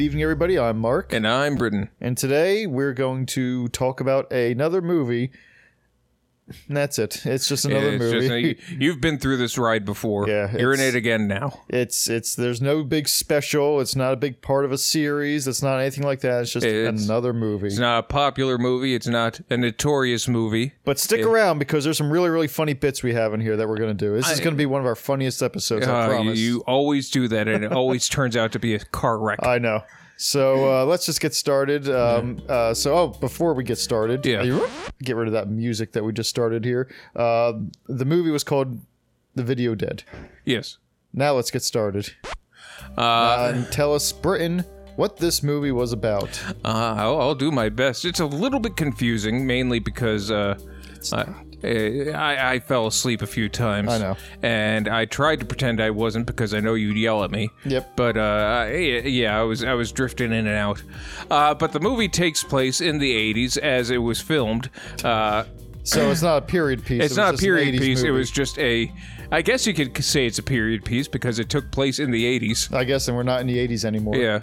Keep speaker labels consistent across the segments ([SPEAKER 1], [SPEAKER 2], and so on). [SPEAKER 1] evening, everybody. I'm Mark.
[SPEAKER 2] And I'm Britain.
[SPEAKER 1] And today we're going to talk about another movie. That's it. It's just another
[SPEAKER 2] It's just-
[SPEAKER 1] movie.
[SPEAKER 2] you- you've been through this ride before.
[SPEAKER 1] Yeah,
[SPEAKER 2] You're in
[SPEAKER 1] it's-
[SPEAKER 2] it again now.
[SPEAKER 1] it's it's there's no big special. It's not a big part of a series. It's not anything like that. It's just
[SPEAKER 2] It's-
[SPEAKER 1] another movie.
[SPEAKER 2] It's not a popular movie. It's not a notorious movie.
[SPEAKER 1] but stick around because there's some really really funny bits we have in here that we're going to do. This is going to be one of our funniest episodes. I
[SPEAKER 2] Uh, you,
[SPEAKER 1] promise.
[SPEAKER 2] you always do that, and it always turns out to be a car wreck.
[SPEAKER 1] I know. So uh, let's just get started. Um, uh, so, oh, before we get started,
[SPEAKER 2] Yeah.
[SPEAKER 1] uh, get rid of that music that we just started here. Uh, the movie was called The Video Dead.
[SPEAKER 2] yes.
[SPEAKER 1] Now let's get started. Uh, and tell us, Britain, what this movie was about.
[SPEAKER 2] Uh, I'll, I'll do my best. It's a little bit confusing, mainly because uh, I, eh, I I fell asleep a few times.
[SPEAKER 1] I know.
[SPEAKER 2] and I tried to pretend I wasn't because I know you'd yell at me.
[SPEAKER 1] Yep.
[SPEAKER 2] But uh, I, yeah, I was I was drifting in and out. Uh, but the movie takes place in the '80s as it was filmed. Uh,
[SPEAKER 1] So it's not a period piece. it was
[SPEAKER 2] it's not a
[SPEAKER 1] just an
[SPEAKER 2] period
[SPEAKER 1] 80s
[SPEAKER 2] piece. It
[SPEAKER 1] movie.
[SPEAKER 2] was just a. I guess you could say it's a period piece because it took place in the '80s.
[SPEAKER 1] I guess, and we're not in the 80s anymore.
[SPEAKER 2] Yeah,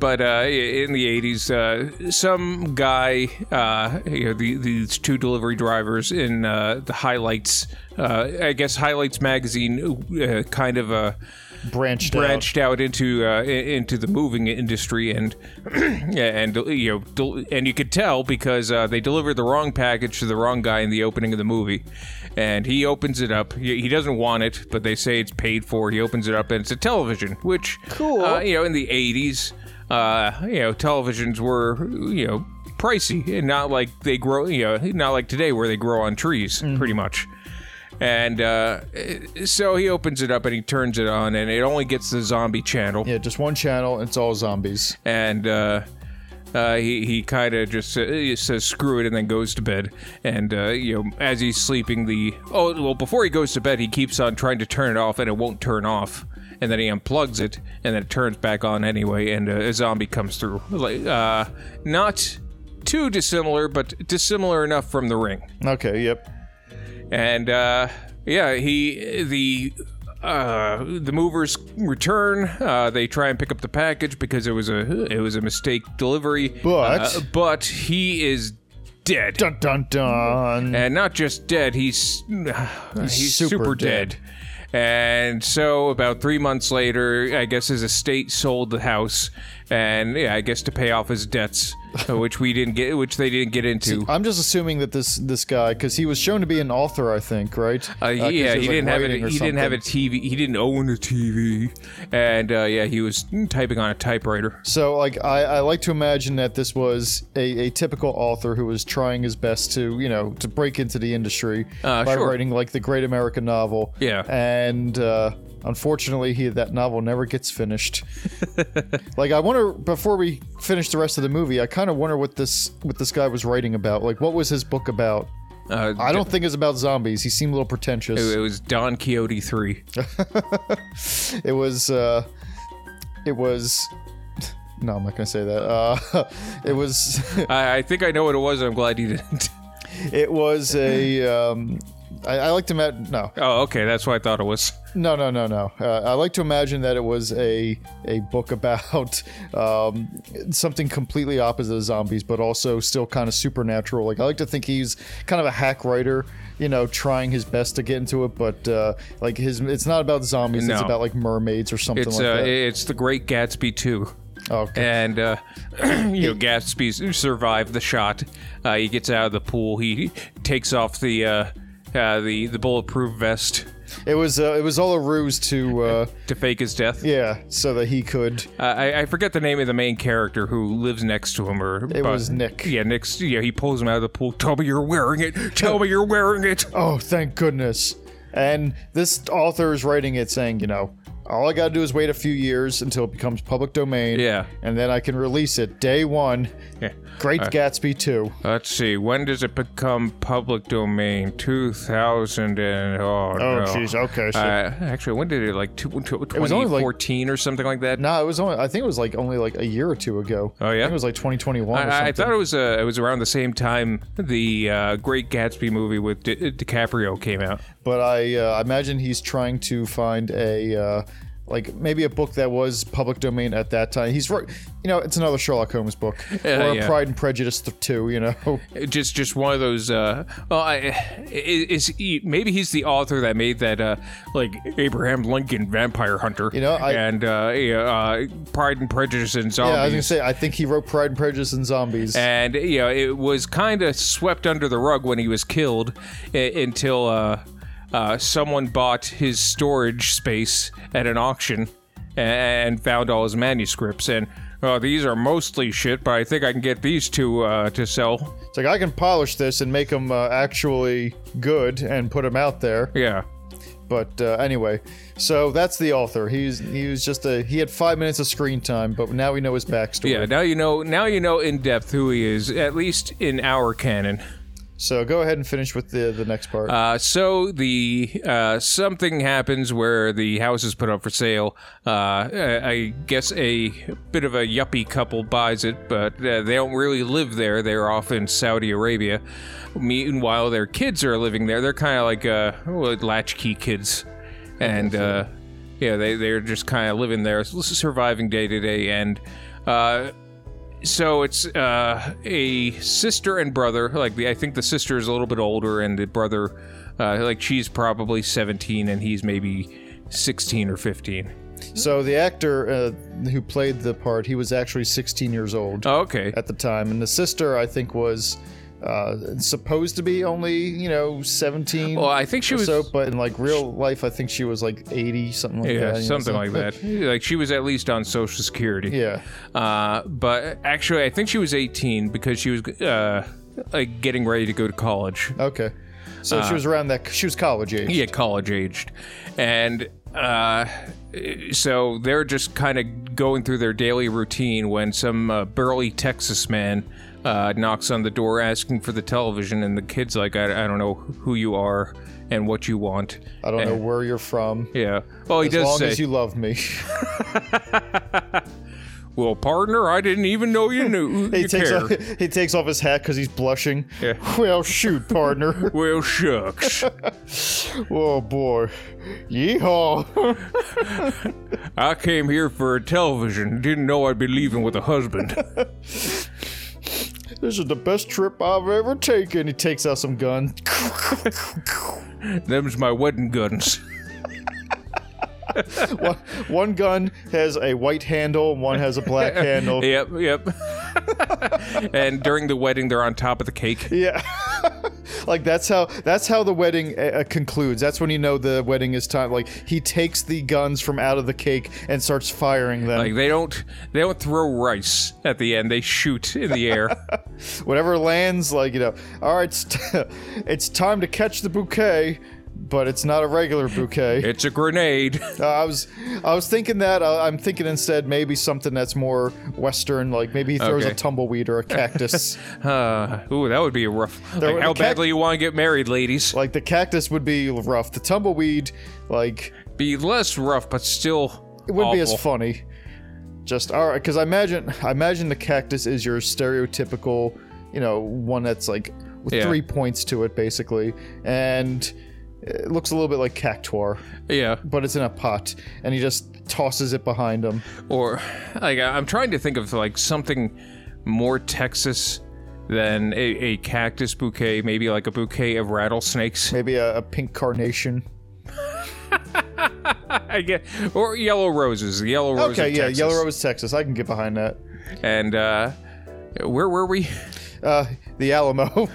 [SPEAKER 2] but uh, i- in the '80s, uh, some guy, uh, you know, the, these two delivery drivers in uh, the highlights, uh, I guess highlights magazine, uh, kind of uh,
[SPEAKER 1] Branched, out.
[SPEAKER 2] branched out into uh, i- into the moving industry, and and uh, you know, del- and you could tell because uh, they delivered the wrong package to the wrong guy in the opening of the movie, and he opens it up. He he doesn't want it, but they say it's paid for. He opens it up, and it's a television, which
[SPEAKER 1] Cool.
[SPEAKER 2] uh, you know, in the '80s, uh, you know, televisions were you know pricey and not like they grow, you know, not like today where they grow on trees,
[SPEAKER 1] Mm-hmm.
[SPEAKER 2] pretty much. And uh, so he opens it up and he turns it on, and it only gets the zombie channel.
[SPEAKER 1] Yeah, just one channel, and it's all zombies.
[SPEAKER 2] And uh, uh, he he kind of just uh, he says screw it and then goes to bed. And uh, you know, as he's sleeping, the oh well, before he goes to bed, he keeps on trying to turn it off, and it won't turn off. And then he unplugs it, and then it turns back on anyway. And uh, a zombie comes through, like uh, not too dissimilar, but dissimilar enough from the ring
[SPEAKER 1] Okay, yep.
[SPEAKER 2] and uh, yeah, he the uh, the movers return. Uh, they try and pick up the package because it was a it was a mistake delivery.
[SPEAKER 1] But-
[SPEAKER 2] uh, but he is dead,
[SPEAKER 1] Dun dun dun.
[SPEAKER 2] and not just dead. He's he's,
[SPEAKER 1] super
[SPEAKER 2] super, dead. And so, about three months later, I guess his estate sold the house, and yeah, I guess to pay off his debts, uh, which we didn't get, which they didn't get into.
[SPEAKER 1] I'm just assuming that this this guy, because he was shown to be an author, I think, right?
[SPEAKER 2] Uh,
[SPEAKER 1] 'cause
[SPEAKER 2] yeah,
[SPEAKER 1] was,
[SPEAKER 2] he
[SPEAKER 1] like,
[SPEAKER 2] didn't have it. He
[SPEAKER 1] writing or
[SPEAKER 2] didn't have a
[SPEAKER 1] something.
[SPEAKER 2] TV. He didn't own a TV, and uh, yeah, he was typing on a typewriter.
[SPEAKER 1] So, like, I, I like to imagine that this was a, a typical author who was trying his best to, you know, to break into the industry
[SPEAKER 2] Uh,
[SPEAKER 1] by
[SPEAKER 2] sure.
[SPEAKER 1] writing like the great American novel.
[SPEAKER 2] Yeah.
[SPEAKER 1] and uh, unfortunately, he that novel never gets finished. like, I wonder before we finish the rest of the movie, I kind of wonder what this what this guy was writing about. Like, what was his book about?
[SPEAKER 2] Uh,
[SPEAKER 1] I don't think it's about zombies. He seemed a little pretentious.
[SPEAKER 2] It was Don Quixote three.
[SPEAKER 1] It was uh it was no, I'm not gonna say that. Uh, it was
[SPEAKER 2] I, I think I know what it was. I'm glad you didn't.
[SPEAKER 1] it was a um, I, I like to imagine no
[SPEAKER 2] Oh, okay, that's what I thought it was.
[SPEAKER 1] no no no no uh, I like to imagine that it was a a book about um, something completely opposite of zombies but also still kind of supernatural like I like to think he's kind of a hack writer you know trying his best to get into it but uh, like his it's not about zombies it's
[SPEAKER 2] No.
[SPEAKER 1] about like mermaids or something
[SPEAKER 2] It's
[SPEAKER 1] like
[SPEAKER 2] uh,
[SPEAKER 1] that
[SPEAKER 2] it's the Great Gatsby two.
[SPEAKER 1] okay
[SPEAKER 2] And uh, you know, Gatsby survived the shot. Uh, he gets out of the pool. He takes off the uh, uh, the the bulletproof vest
[SPEAKER 1] it was uh, it was all a ruse to. Uh,
[SPEAKER 2] to fake his death.
[SPEAKER 1] Yeah, so that he could.
[SPEAKER 2] Uh, I, I forget the name of the main character who lives next to him, or
[SPEAKER 1] It was Nick.
[SPEAKER 2] Yeah, Nick's. Yeah, he pulls him out of the pool. Tell me you're wearing it. Tell me you're wearing it.
[SPEAKER 1] Oh, thank goodness. And this author is writing it saying, you know, all I got to do is wait a few years until it becomes public domain.
[SPEAKER 2] Yeah.
[SPEAKER 1] And then I can release it day one.
[SPEAKER 2] Yeah.
[SPEAKER 1] Great Gatsby 2.
[SPEAKER 2] Let's see. When does it become public domain? Two thousand and oh, no.
[SPEAKER 1] Okay.
[SPEAKER 2] Uh, actually, when did it like two, two,
[SPEAKER 1] was only, like-
[SPEAKER 2] 2014 or something like that?
[SPEAKER 1] no, it was only, I think it was like only like a year or two ago.
[SPEAKER 2] Oh, yeah?
[SPEAKER 1] I think it was like 2021 or
[SPEAKER 2] I, I
[SPEAKER 1] something.
[SPEAKER 2] thought it was uh, it was around the same time the uh, Great Gatsby movie with Di- DiCaprio came out.
[SPEAKER 1] but I uh, imagine he's trying to find a. Uh, like maybe a book that was public domain at that time. He's right, you know, it's another Sherlock Holmes book
[SPEAKER 2] Yeah,
[SPEAKER 1] or a
[SPEAKER 2] yeah.
[SPEAKER 1] Pride and Prejudice th- too. You know,
[SPEAKER 2] just just one of those uh well i i- is he, maybe he's the author that made that uh like abraham lincoln vampire hunter you
[SPEAKER 1] know, I-
[SPEAKER 2] and uh, yeah, uh pride and prejudice and
[SPEAKER 1] yeah, I was gonna
[SPEAKER 2] zombies Eh.
[SPEAKER 1] say I think he wrote Pride and Prejudice and Zombies.
[SPEAKER 2] and you know it was kind of swept under the rug when he was killed uh, until uh uh someone bought his storage space at an auction a- and found all his manuscripts and uh, these are mostly shit, but I think I can get these two uh, to sell.
[SPEAKER 1] It's like I can polish this and make them uh, actually good and put them out there.
[SPEAKER 2] Yeah.
[SPEAKER 1] But uh, anyway, so that's the author. He's he was just a he had five minutes of screen time, but now we know his backstory.
[SPEAKER 2] Yeah, now you know. Now you know in depth who he is, at least in our canon.
[SPEAKER 1] So go ahead and finish with the the next part.
[SPEAKER 2] Uh, so the uh, something happens where the house is put up for sale. Uh, I I guess a bit of a yuppie couple buys it, but uh, they don't really live there. They're off in Saudi Arabia. Meanwhile, their kids are living there. They're kind of like uh, well, latchkey kids, and. Uh, yeah, they, they're just kind of living there, surviving day to day. And uh, so it's uh, a sister and brother. Like the, I think the sister is a little bit older, and the brother, uh, like she's probably seventeen, and he's maybe sixteen or fifteen.
[SPEAKER 1] so the actor uh, who played the part, he was actually 16 years old
[SPEAKER 2] Oh, okay,
[SPEAKER 1] at the time, and the sister I think was uh, supposed to be only you know 17.
[SPEAKER 2] well I think she
[SPEAKER 1] or
[SPEAKER 2] was
[SPEAKER 1] so, but in like real life, I think she was like 80, something like
[SPEAKER 2] yeah,
[SPEAKER 1] that. you know,
[SPEAKER 2] something like that. Like she was at least on Social Security.
[SPEAKER 1] Yeah.
[SPEAKER 2] Uh, but actually, I think she was eighteen because she was uh, like getting ready to go to college.
[SPEAKER 1] Okay. So she was around that. She was college age.
[SPEAKER 2] Uh, Yeah, college aged. And uh, so they're just kind of going through their daily routine when some uh, burly Texas man uh, knocks on the door asking for the television, and the kid's like, I, I don't know who you are and what you want.
[SPEAKER 1] I don't know where you're from.
[SPEAKER 2] Yeah. Well, he
[SPEAKER 1] As
[SPEAKER 2] does
[SPEAKER 1] long
[SPEAKER 2] say,
[SPEAKER 1] as you love me.
[SPEAKER 2] Well, partner, I didn't even know you knew.
[SPEAKER 1] he
[SPEAKER 2] you
[SPEAKER 1] takes
[SPEAKER 2] care.
[SPEAKER 1] off, he takes off his hat because he's blushing.
[SPEAKER 2] Yeah.
[SPEAKER 1] Well, shoot, partner.
[SPEAKER 2] Well, shucks.
[SPEAKER 1] oh boy, yeehaw!
[SPEAKER 2] I came here for television. Didn't know I'd be leaving with a husband.
[SPEAKER 1] This is the best trip I've ever taken. He takes out some gun.
[SPEAKER 2] Them's my wedding guns.
[SPEAKER 1] one, one gun has a white handle, and one has a black handle.
[SPEAKER 2] Yep, yep. and during the wedding, they're on top of the cake.
[SPEAKER 1] Yeah. like that's how that's how the wedding uh, concludes. That's when you know the wedding is time. Like he takes the guns from out of the cake and starts firing them.
[SPEAKER 2] Like they don't they don't throw rice at the end. They shoot in the air.
[SPEAKER 1] Whatever lands, like you know. All right, it's, it's time to catch the bouquet. But it's not a regular bouquet.
[SPEAKER 2] it's a grenade.
[SPEAKER 1] Uh, I was, I was thinking that. Uh, I'm thinking instead maybe something that's more Western, like maybe he throws
[SPEAKER 2] Okay.
[SPEAKER 1] a tumbleweed or a cactus.
[SPEAKER 2] Uh, ooh, that would be a rough.
[SPEAKER 1] There-
[SPEAKER 2] Like, how
[SPEAKER 1] the cac-
[SPEAKER 2] badly you want to get married, ladies?
[SPEAKER 1] like the cactus would be rough. The tumbleweed, like
[SPEAKER 2] Be less rough, but still.
[SPEAKER 1] it wouldn't be as
[SPEAKER 2] awful.
[SPEAKER 1] funny. Just all right, because I imagine I imagine the cactus is your stereotypical, you know, one that's like with
[SPEAKER 2] Yeah.
[SPEAKER 1] three points to it basically, and it looks a little bit like cactuar,
[SPEAKER 2] Yeah.
[SPEAKER 1] but it's in a pot, and he just tosses it behind him.
[SPEAKER 2] Or like I- I'm trying to think of like something more Texas than a, a cactus bouquet. Maybe like a bouquet of rattlesnakes.
[SPEAKER 1] Maybe a, a pink carnation.
[SPEAKER 2] I get or yellow roses. The yellow roses.
[SPEAKER 1] Okay,
[SPEAKER 2] of
[SPEAKER 1] yeah,
[SPEAKER 2] Texas.
[SPEAKER 1] yellow rose, Texas. I can get behind that.
[SPEAKER 2] And uh, where were we?
[SPEAKER 1] Uh, the Alamo.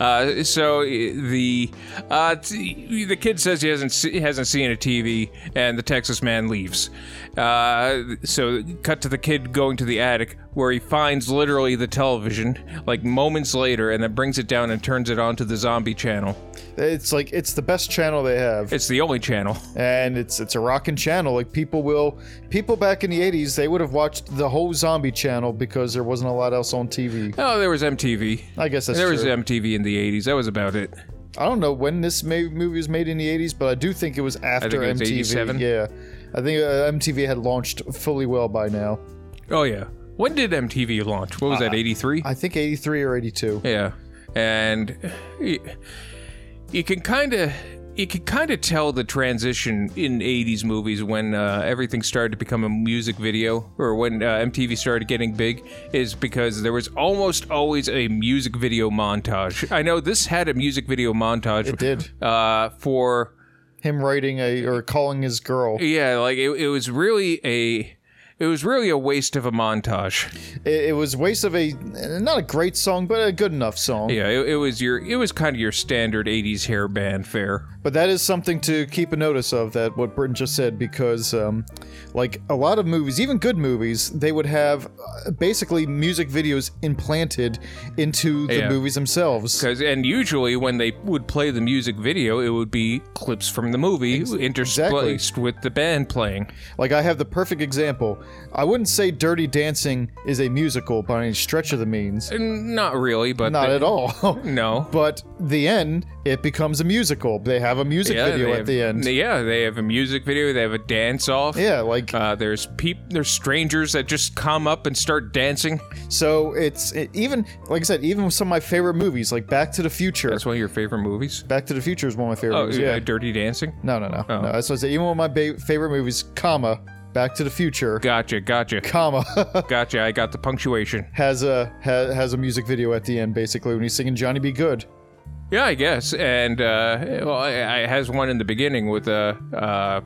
[SPEAKER 2] Uh, so uh, the uh, t- the kid says he hasn't se- hasn't seen a TV, and the Texas man leaves. Uh, so cut to the kid going to the attic where he finds literally the television like moments later, and then brings it down and turns it on to the zombie channel.
[SPEAKER 1] it's like it's the best channel they have.
[SPEAKER 2] It's the only channel.
[SPEAKER 1] and it's it's a rockin' channel. Like people will, people back in the '80s, they would have watched the whole zombie channel because there wasn't a lot else on TV.
[SPEAKER 2] Oh, there was MTV.
[SPEAKER 1] I guess that's
[SPEAKER 2] There
[SPEAKER 1] true.
[SPEAKER 2] was MTV in the 80s. That was about it.
[SPEAKER 1] I don't know when this ma- movie was made in the '80s, but I do think it was after
[SPEAKER 2] it was
[SPEAKER 1] MTV.
[SPEAKER 2] 87.
[SPEAKER 1] Yeah, I think uh, MTV had launched fully well by now.
[SPEAKER 2] Oh yeah. When did MTV launch? What was
[SPEAKER 1] Uh,
[SPEAKER 2] that? 83.
[SPEAKER 1] I think '83 or '82.
[SPEAKER 2] Yeah, and you, you can kind of you could kind of tell the transition in 80s movies when uh, everything started to become a music video or when uh, MTV started getting big is because there was almost always a music video montage. I know this had a music video montage.
[SPEAKER 1] It did.
[SPEAKER 2] Uh, for,
[SPEAKER 1] Him writing a or calling his girl. It,
[SPEAKER 2] yeah, like it, it was really a. It was really a waste of a montage.
[SPEAKER 1] it was waste of a not a great song, but a good enough song.
[SPEAKER 2] Yeah, it, it was your it was kind of your standard '80s hair band fare.
[SPEAKER 1] But that is something to keep a notice of that what Britton just said because, um, like a lot of movies, even good movies, they would have uh, basically music videos implanted into the
[SPEAKER 2] Yeah.
[SPEAKER 1] movies themselves.
[SPEAKER 2] 'Cause- and usually when they would play the music video, it would be clips from the movie interspliced with the band playing.
[SPEAKER 1] Like I have the perfect example. I wouldn't say Dirty Dancing is a musical by any stretch of the means,
[SPEAKER 2] And Not really, but
[SPEAKER 1] not
[SPEAKER 2] the-
[SPEAKER 1] at all.
[SPEAKER 2] No.
[SPEAKER 1] but the end, it becomes a musical. They have a music video
[SPEAKER 2] they
[SPEAKER 1] at
[SPEAKER 2] have-
[SPEAKER 1] the end.
[SPEAKER 2] Yeah, they have a music video. They have a dance off.
[SPEAKER 1] yeah, like
[SPEAKER 2] Uh, there's peep. There's strangers that just come up and start dancing.
[SPEAKER 1] so it's it, even like I said, even with some of my favorite movies, like Back to the Future.
[SPEAKER 2] That's one of your favorite movies.
[SPEAKER 1] Back to the Future is one of my favorite
[SPEAKER 2] Oh,
[SPEAKER 1] movies.
[SPEAKER 2] yeah. Oh.
[SPEAKER 1] Yeah.
[SPEAKER 2] Dirty Dancing.
[SPEAKER 1] No, no, no. no that's what I said. Even one of my ba- favorite movies, comma, Back to the Future,
[SPEAKER 2] Gotcha, gotcha,
[SPEAKER 1] comma,
[SPEAKER 2] gotcha. I got the punctuation.
[SPEAKER 1] has a ha- has a music video at the end, basically when he's singing Johnny Be Good.
[SPEAKER 2] Yeah, I guess. And uh, well, I, I has one in the beginning with uh, uh,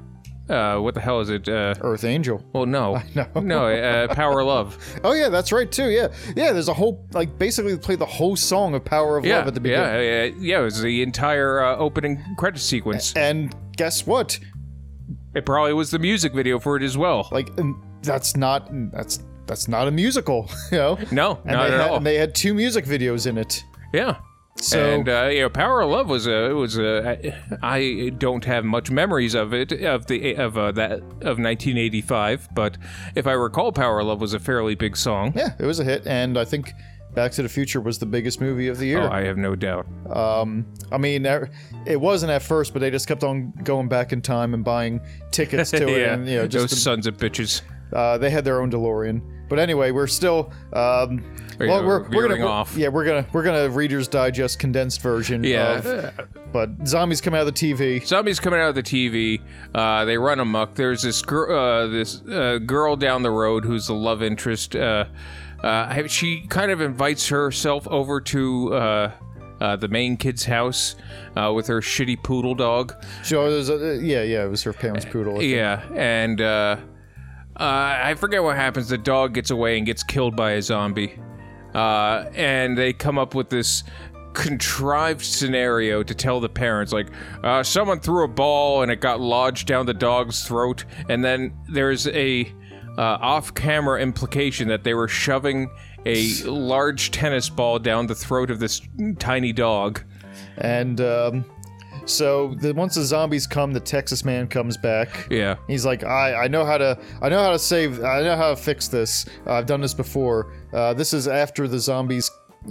[SPEAKER 2] uh, what the hell is it? Uh,
[SPEAKER 1] Earth Angel.
[SPEAKER 2] well, no,
[SPEAKER 1] know.
[SPEAKER 2] no, uh, Power of Love.
[SPEAKER 1] Oh yeah, that's right too. Yeah, yeah. There's a whole like basically they play the whole song of Power of
[SPEAKER 2] Yeah,
[SPEAKER 1] Love at the beginning.
[SPEAKER 2] yeah, yeah, yeah. It was the entire uh, opening credit sequence.
[SPEAKER 1] And guess what?
[SPEAKER 2] It probably was the music video for it as well.
[SPEAKER 1] Like um, that's not that's that's not a musical. You know.
[SPEAKER 2] No,
[SPEAKER 1] And
[SPEAKER 2] not
[SPEAKER 1] they
[SPEAKER 2] at
[SPEAKER 1] had,
[SPEAKER 2] all.
[SPEAKER 1] And they had two music videos in it.
[SPEAKER 2] yeah.
[SPEAKER 1] So
[SPEAKER 2] and uh, you know, Power of Love was a it was a I don't have much memories of it of the of uh, that of 1985, but if I recall, Power of Love was a fairly big song.
[SPEAKER 1] yeah, it was a hit, and I think. Back to the Future was the biggest movie of the year.
[SPEAKER 2] Oh, I have no doubt.
[SPEAKER 1] Um, I mean, er- it wasn't at first, but they just kept on going back in time and buying tickets to it,
[SPEAKER 2] yeah,
[SPEAKER 1] and you know,
[SPEAKER 2] those
[SPEAKER 1] just
[SPEAKER 2] sons of bitches.
[SPEAKER 1] uh, they had their own DeLorean. But anyway, we're still um,
[SPEAKER 2] Are
[SPEAKER 1] well,
[SPEAKER 2] you
[SPEAKER 1] we're, we're
[SPEAKER 2] veering
[SPEAKER 1] gonna
[SPEAKER 2] off?
[SPEAKER 1] yeah, we're gonna we're gonna Reader's Digest condensed version. of-
[SPEAKER 2] Yeah,
[SPEAKER 1] but zombies come out of the TV.
[SPEAKER 2] zombies coming out of the TV. Uh, they run amok. There's this girl, uh, this uh, girl down the road who's the love interest. Uh, uh, she kind of invites herself over to. Uh, uh, the main kid's house uh, with her shitty poodle dog.
[SPEAKER 1] So it was, uh, yeah, yeah, it was her parents' poodle.
[SPEAKER 2] Yeah, and uh, uh, I forget what happens. The dog gets away and gets killed by a zombie, uh, and they come up with this contrived scenario to tell the parents like uh, someone threw a ball and it got lodged down the dog's throat and then there's a uh, off-camera implication that they were shoving a large tennis ball down the throat of this tiny dog
[SPEAKER 1] And um, so the, once the zombies come, the Texas man comes back.
[SPEAKER 2] yeah
[SPEAKER 1] He's like, I, I know how to I know how to save I know how to fix this. Uh, I've done this before. Uh, this is after the zombies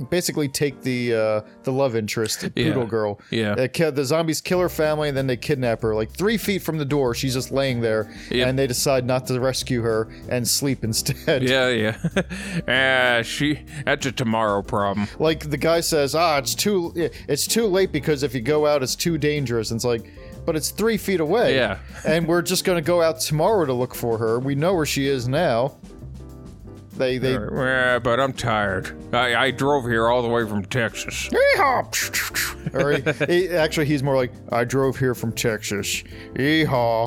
[SPEAKER 1] basically take the uh, the love interest, the
[SPEAKER 2] Yeah.
[SPEAKER 1] poodle girl.
[SPEAKER 2] Yeah.
[SPEAKER 1] They ki- the zombies kill her family, and then they kidnap her. Like three feet from the door, she's just laying there, and they decide not to rescue her and sleep instead.
[SPEAKER 2] yeah yeah uh, she that's a tomorrow problem
[SPEAKER 1] Like the guy says, ah, it's too it's too late because if you go out, it's too dangerous. And it's like. But it's three feet away.
[SPEAKER 2] Yeah.
[SPEAKER 1] and we're just going to go out tomorrow to look for her. We know where she is now. They they
[SPEAKER 2] Yeah, but I'm tired. I, I drove here all the way from Texas.
[SPEAKER 1] Yeehaw! or he, he- actually he's more like I drove here from Texas.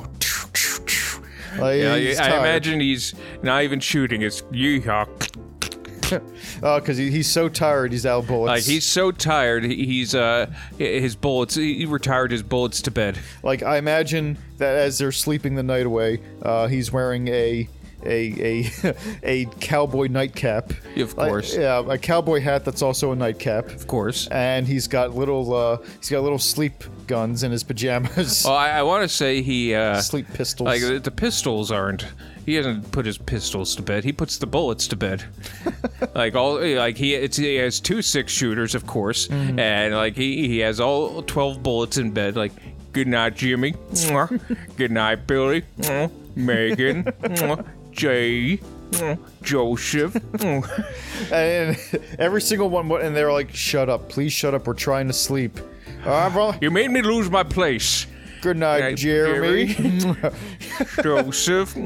[SPEAKER 1] Yeehaw! Like,
[SPEAKER 2] I,
[SPEAKER 1] he's
[SPEAKER 2] I
[SPEAKER 1] tired.
[SPEAKER 2] imagine he's not even shooting. It's yeehaw.
[SPEAKER 1] Oh, because he, he's so tired, he's out of bullets.
[SPEAKER 2] Like he's so tired. he- He's uh his bullets. He retired his bullets to bed.
[SPEAKER 1] Like I imagine that as they're sleeping the night away, uh, he's wearing a a a a cowboy nightcap.
[SPEAKER 2] Of
[SPEAKER 1] Like,
[SPEAKER 2] course,
[SPEAKER 1] yeah, a cowboy hat that's also a nightcap,
[SPEAKER 2] of course.
[SPEAKER 1] and he's got little uh, he's got little sleep guns in his pajamas,
[SPEAKER 2] Well, I, I want to say he uh
[SPEAKER 1] sleep pistols.
[SPEAKER 2] Oh. like the, the pistols aren't. He hasn't put his pistols to bed. He puts the bullets to bed. like all like he it's he has two six shooters of course, and like he he has all twelve bullets in bed. Like good night Jimmy, Mwah. good night Billy, Mwah. Megan, Mwah. Jay. Mwah. Joseph, Mwah.
[SPEAKER 1] and every single one wa- and they're like shut up please shut up we're trying to sleep All right, brother.
[SPEAKER 2] You made me lose my place.
[SPEAKER 1] Good night,
[SPEAKER 2] Hey,
[SPEAKER 1] Jeremy.
[SPEAKER 2] Joseph,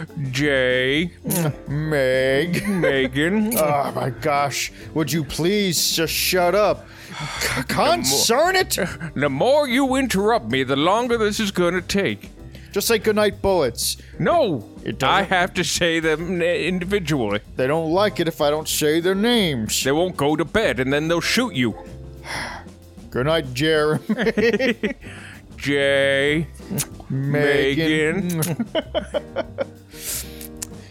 [SPEAKER 2] Jay,
[SPEAKER 1] Meg.
[SPEAKER 2] Megan.
[SPEAKER 1] Oh my gosh. Would you please just shut up? C- Concern it!
[SPEAKER 2] The more you interrupt me, the longer this is going to take.
[SPEAKER 1] Just say goodnight, bullets.
[SPEAKER 2] No,
[SPEAKER 1] It doesn't-
[SPEAKER 2] I have to say them individually.
[SPEAKER 1] They don't like it if I don't say their names.
[SPEAKER 2] They won't go to bed, and then they'll shoot you.
[SPEAKER 1] Good night, Jeremy.
[SPEAKER 2] Jay,
[SPEAKER 1] Megan.
[SPEAKER 2] Megan.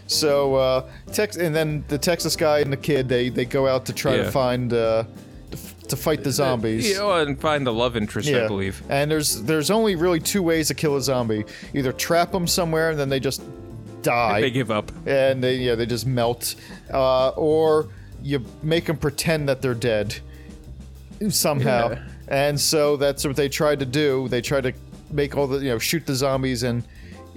[SPEAKER 1] So, uh, Tex- and then the Texas guy and the kid, they, they go out to try to
[SPEAKER 2] Yeah.
[SPEAKER 1] find, uh, to, f- to fight the zombies.
[SPEAKER 2] Yeah, oh, and find the love interest, I believe.
[SPEAKER 1] And there's there's only really two ways to kill a zombie: either trap them somewhere and then they just die,
[SPEAKER 2] They give up.
[SPEAKER 1] and they yeah they just melt, uh, or you make them pretend that they're dead somehow.
[SPEAKER 2] Yeah.
[SPEAKER 1] And so that's what they tried to do. They tried to make all the you know shoot the zombies and.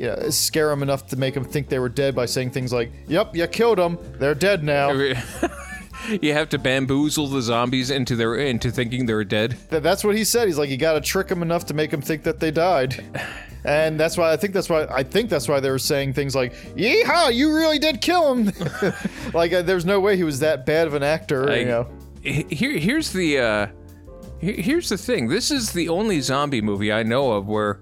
[SPEAKER 1] Yeah, scare them enough to make them think they were dead by saying things like, "Yep, you killed them. They're dead now."
[SPEAKER 2] you have to bamboozle the zombies into their into thinking they're dead.
[SPEAKER 1] Th- That's what he said. He's like, you got to trick them enough to make them think that they died. And that's why I think that's why I think that's why they were saying things like, "Yeehaw, you really did kill him." like uh, there's no way he was that bad of an actor, you know.
[SPEAKER 2] He- Here, here's the uh, he- here's the thing. This is the only zombie movie I know of where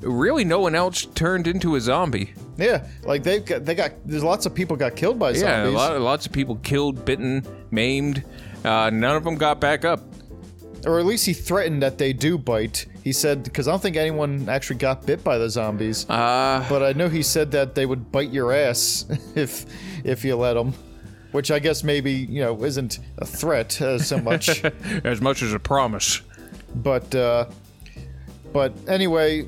[SPEAKER 2] really no one else turned into a zombie.
[SPEAKER 1] Yeah, like they've got they got there's lots of people got killed by
[SPEAKER 2] Yeah, a
[SPEAKER 1] zombies
[SPEAKER 2] lot, lots of people killed, bitten, maimed. Uh, none of them got back up.
[SPEAKER 1] or at least he threatened that they do bite. He said because I don't think anyone actually got bit by the zombies.
[SPEAKER 2] Uh,
[SPEAKER 1] but I know he said that they would bite your ass if if you let them, which I guess maybe, you know, isn't a threat uh, so much.
[SPEAKER 2] as much as a promise.
[SPEAKER 1] But uh, but anyway,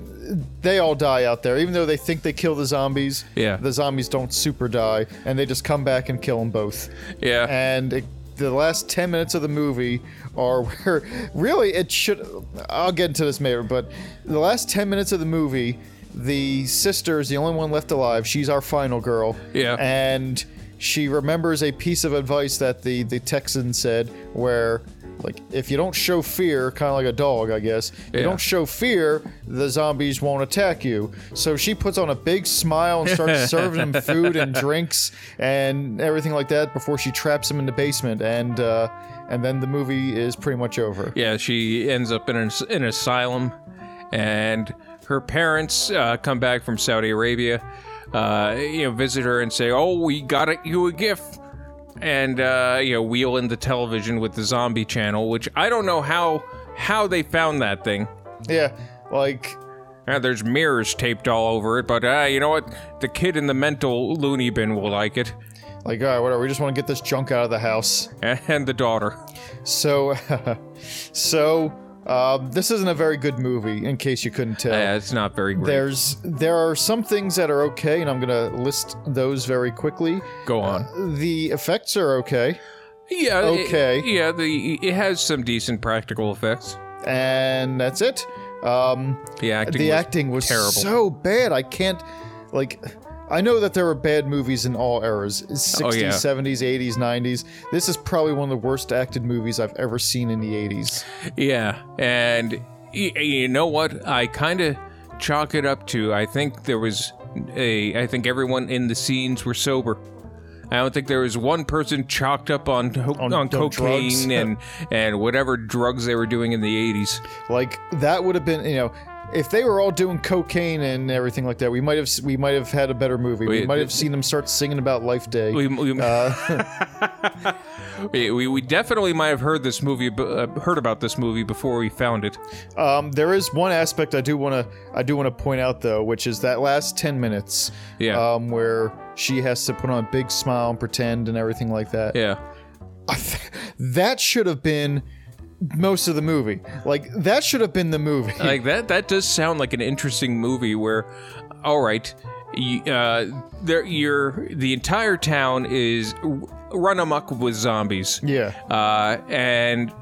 [SPEAKER 1] they all die out there. Even though they think they kill the zombies,
[SPEAKER 2] Yeah.
[SPEAKER 1] the zombies don't super die, and they just come back and kill them both.
[SPEAKER 2] Yeah.
[SPEAKER 1] And it, the last ten minutes of the movie are where really it should. I'll get into this later, but the last ten minutes of the movie, the sister is the only one left alive. She's our final girl.
[SPEAKER 2] Yeah.
[SPEAKER 1] And she remembers a piece of advice that the the Texan said, where like if you don't show fear, kind of like a dog, I guess. If you
[SPEAKER 2] Yeah.
[SPEAKER 1] don't show fear, the zombies won't attack you. So she puts on a big smile and starts serving them food and drinks and everything like that before she traps them in the basement and. uh and then the movie is pretty much over.
[SPEAKER 2] Yeah, she ends up in an, in an asylum, and her parents uh, come back from Saudi Arabia, uh, you know, visit her and say, "Oh, we got it, you a gift," and uh, you know, wheel in the television with the zombie channel, which I don't know how how they found that thing.
[SPEAKER 1] Yeah, like
[SPEAKER 2] Uh, there's mirrors taped all over it, but uh, you know what? The kid in the mental loony bin will like it,
[SPEAKER 1] like all right, whatever. We just want to get this junk out of the house.
[SPEAKER 2] and the daughter.
[SPEAKER 1] So, so um, this isn't a very good movie, in case you couldn't tell.
[SPEAKER 2] Yeah, Uh, it's not very great.
[SPEAKER 1] There's there are some things that are okay, and I'm gonna list those very quickly.
[SPEAKER 2] Go on.
[SPEAKER 1] The effects are okay,
[SPEAKER 2] Yeah. it-
[SPEAKER 1] okay.
[SPEAKER 2] yeah. The it has some decent practical effects.
[SPEAKER 1] and that's it. Um,
[SPEAKER 2] The acting.
[SPEAKER 1] the
[SPEAKER 2] was
[SPEAKER 1] acting was
[SPEAKER 2] terrible.
[SPEAKER 1] so bad. I can't like. I know that there were bad movies in all eras 60s,
[SPEAKER 2] Oh, yeah.
[SPEAKER 1] 70s, 80s, 90s. This is probably one of the worst acted movies I've ever seen in the 80s.
[SPEAKER 2] Yeah, and y- you know what? I kind of chalk it up to I think there was a I think everyone in the scenes were sober. I don't think there was one person chalked up on on,
[SPEAKER 1] on
[SPEAKER 2] on
[SPEAKER 1] drugs.
[SPEAKER 2] cocaine and and whatever drugs they were doing in the 80s.
[SPEAKER 1] Like that would have been, you know, if they were all doing cocaine and everything like that, we might have we might have had a better movie. We,
[SPEAKER 2] We-
[SPEAKER 1] might have seen them start singing about Life Day.
[SPEAKER 2] We we,
[SPEAKER 1] Uh.
[SPEAKER 2] we, we- we definitely might have heard this movie b- uh, heard about this movie before we found it.
[SPEAKER 1] Um, there is one aspect I do want to I do want to point out though, which is that last ten minutes,
[SPEAKER 2] Yeah.
[SPEAKER 1] um, where she has to put on a big smile and pretend and everything like that.
[SPEAKER 2] Yeah.
[SPEAKER 1] I th- that should have been most of the movie. Like that should have been the movie.
[SPEAKER 2] like that that does sound like an interesting movie where all right you, uh, there you're the entire town is r- run amok with zombies
[SPEAKER 1] yeah,
[SPEAKER 2] uh, and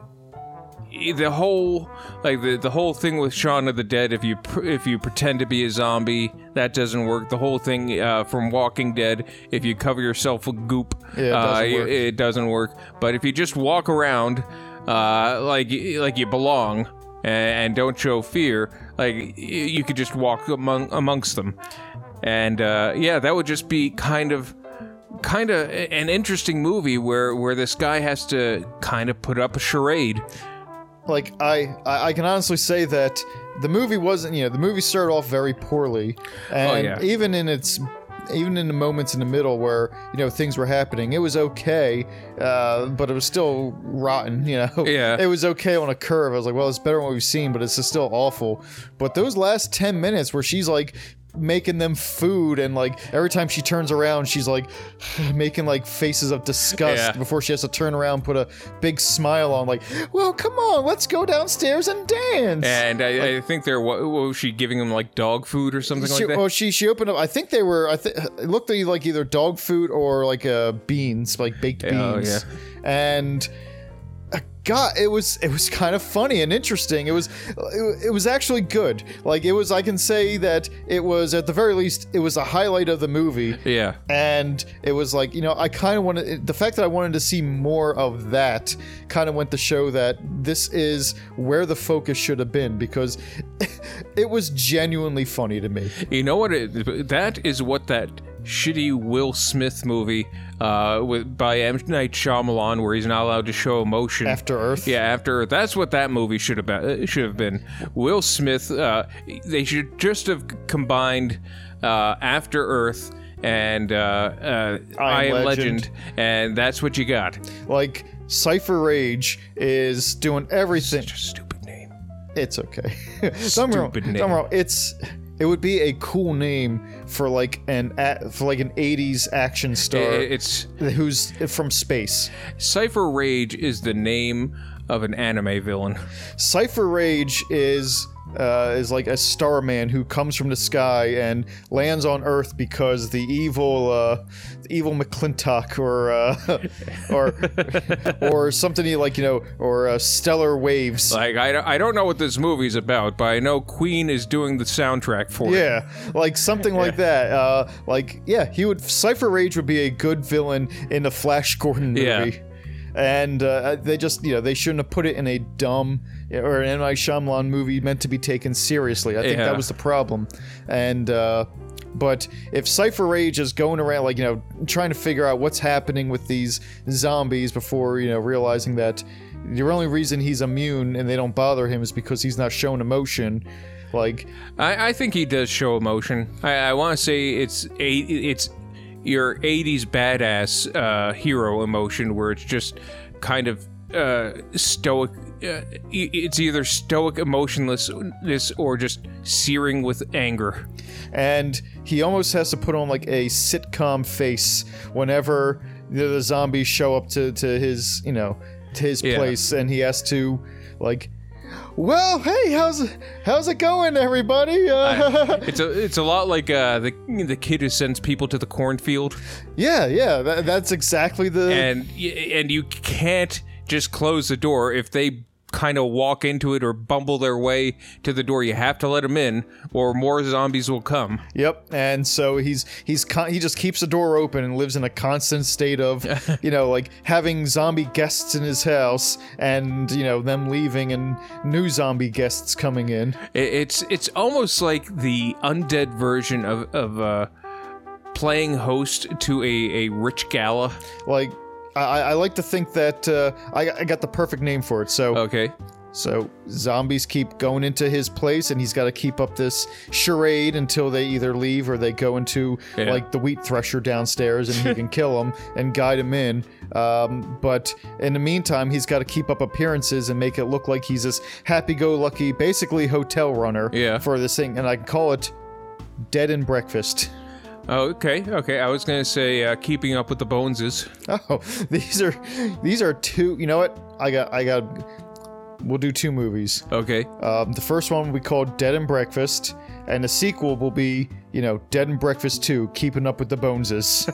[SPEAKER 2] the whole like the, the whole thing with Shaun of the Dead if you pr- if you pretend to be a zombie that doesn't work the whole thing uh, from Walking Dead if you cover yourself with goop
[SPEAKER 1] Yeah, it doesn't
[SPEAKER 2] uh,
[SPEAKER 1] work.
[SPEAKER 2] it doesn't work but if you just walk around uh, like y- like you belong and, and don't show fear, like y- you could just walk among amongst them. And uh, yeah, that would just be kind of kind of an interesting movie where where this guy has to kind of put up a charade.
[SPEAKER 1] like I, I i can honestly say that the movie wasn't you know the movie started off very poorly and
[SPEAKER 2] Oh, yeah.
[SPEAKER 1] even in its even in the moments in the middle where you know things were happening it was okay uh, but it was still rotten you know
[SPEAKER 2] Yeah.
[SPEAKER 1] it was okay on a curve i was like well it's better than what we've seen but it's just still awful but those last 10 minutes where she's like making them food and like every time she turns around she's like making like faces of disgust
[SPEAKER 2] Yeah.
[SPEAKER 1] before she has to turn around, put a big smile on, like, well, come on, let's go downstairs and dance.
[SPEAKER 2] And I, I think they're what, what was she giving him like dog food or something
[SPEAKER 1] she,
[SPEAKER 2] like that?
[SPEAKER 1] well, she she opened up. I think they were. I think it looked like, like either dog food or like uh, beans, like baked
[SPEAKER 2] Yeah, oh,
[SPEAKER 1] beans. And uh, God, it was it was kind of funny and interesting. It was it, it was actually good. Like it was. I can say that it was at the very least it was a highlight of the movie.
[SPEAKER 2] yeah.
[SPEAKER 1] and it was like you know i kind of wanted it- the fact that i wanted to see more of that kind of went to show that this is where the focus should have been because it was genuinely funny to me
[SPEAKER 2] You know what? It, that is what that shitty Will Smith movie uh, with by M Night Shyamalan, where he's not allowed to show emotion.
[SPEAKER 1] after earth
[SPEAKER 2] yeah, after that's what that movie should have been. Should have been Will Smith. Uh, they should just have combined uh, After Earth and uh, uh, I Am
[SPEAKER 1] Legend.
[SPEAKER 2] Legend, and that's what you got.
[SPEAKER 1] like cypher rage is doing everything
[SPEAKER 2] Such a stupid name.
[SPEAKER 1] it's okay Don't get me wrong-
[SPEAKER 2] Stupid
[SPEAKER 1] don't get me
[SPEAKER 2] name.
[SPEAKER 1] wrong, it's it would be a cool name for like an a- for like an 80s action star
[SPEAKER 2] It- It's
[SPEAKER 1] who's from space
[SPEAKER 2] Cipher Rage is the name of an anime villain.
[SPEAKER 1] Cipher Rage is uh, is like a starman who comes from the sky and lands on Earth because the evil uh, the evil McClintock or uh, or or something like you know or uh, stellar waves.
[SPEAKER 2] Like I, I don't know what this movie's about, but I know Queen is doing the soundtrack for it.
[SPEAKER 1] Yeah, like something like that. Uh, like yeah, he would Cipher Rage would be a good villain in the Flash Gordon movie.
[SPEAKER 2] Yeah.
[SPEAKER 1] And uh, they just, you know, they shouldn't have put it in a dumb or an M. Night Shyamalan movie meant to be taken seriously. I think
[SPEAKER 2] Yeah.
[SPEAKER 1] that was the problem. And, uh, but if Cypher Rage is going around, like, you know, trying to figure out what's happening with these zombies before, you know, realizing that the only reason he's immune and they don't bother him is because he's not showing emotion, like,
[SPEAKER 2] I, I think he does show emotion. I, I want to say it's a, it's your '80s badass uh, hero emotion, where it's just kind of uh, stoic. Uh, e- it's either stoic emotionlessness or just searing with anger.
[SPEAKER 1] and he almost has to put on like a sitcom face whenever the, the zombies show up to, to his you know to his
[SPEAKER 2] Yeah.
[SPEAKER 1] place and he has to like well hey how's how's it going everybody uh,
[SPEAKER 2] It's a it's a lot like uh, the the kid who sends people to the cornfield.
[SPEAKER 1] yeah yeah that, that's exactly the
[SPEAKER 2] and y- and you can't just close the door if they kind of walk into it or bumble their way to the door you have to let them in or more zombies will come
[SPEAKER 1] Yep, and so he's he's con- he just keeps the door open and lives in a constant state of, you know, like having zombie guests in his house and you know them leaving and new zombie guests coming in.
[SPEAKER 2] I- it's it's almost like the undead version of of uh playing host to a a rich gala
[SPEAKER 1] Like I, I I like to think that uh, I, I got the perfect name for it. So
[SPEAKER 2] okay
[SPEAKER 1] so zombies keep going into his place and he's got to keep up this charade until they either leave or they go into
[SPEAKER 2] Yeah.
[SPEAKER 1] like the wheat thresher downstairs and he can kill them and guide him in. Um, but in the meantime, he's got to keep up appearances and make it look like he's this happy-go-lucky, basically hotel runner
[SPEAKER 2] Yeah.
[SPEAKER 1] for this thing. And I can call it Dead and Breakfast.
[SPEAKER 2] Oh, okay okay i was gonna say uh, keeping up with the boneses
[SPEAKER 1] Oh, these are these are two. You know what? I got I got. We'll do two movies.
[SPEAKER 2] okay
[SPEAKER 1] Um, the first one will be called Dead and Breakfast, and the sequel will be you know Dead and Breakfast Two: Keeping Up with the Boneses.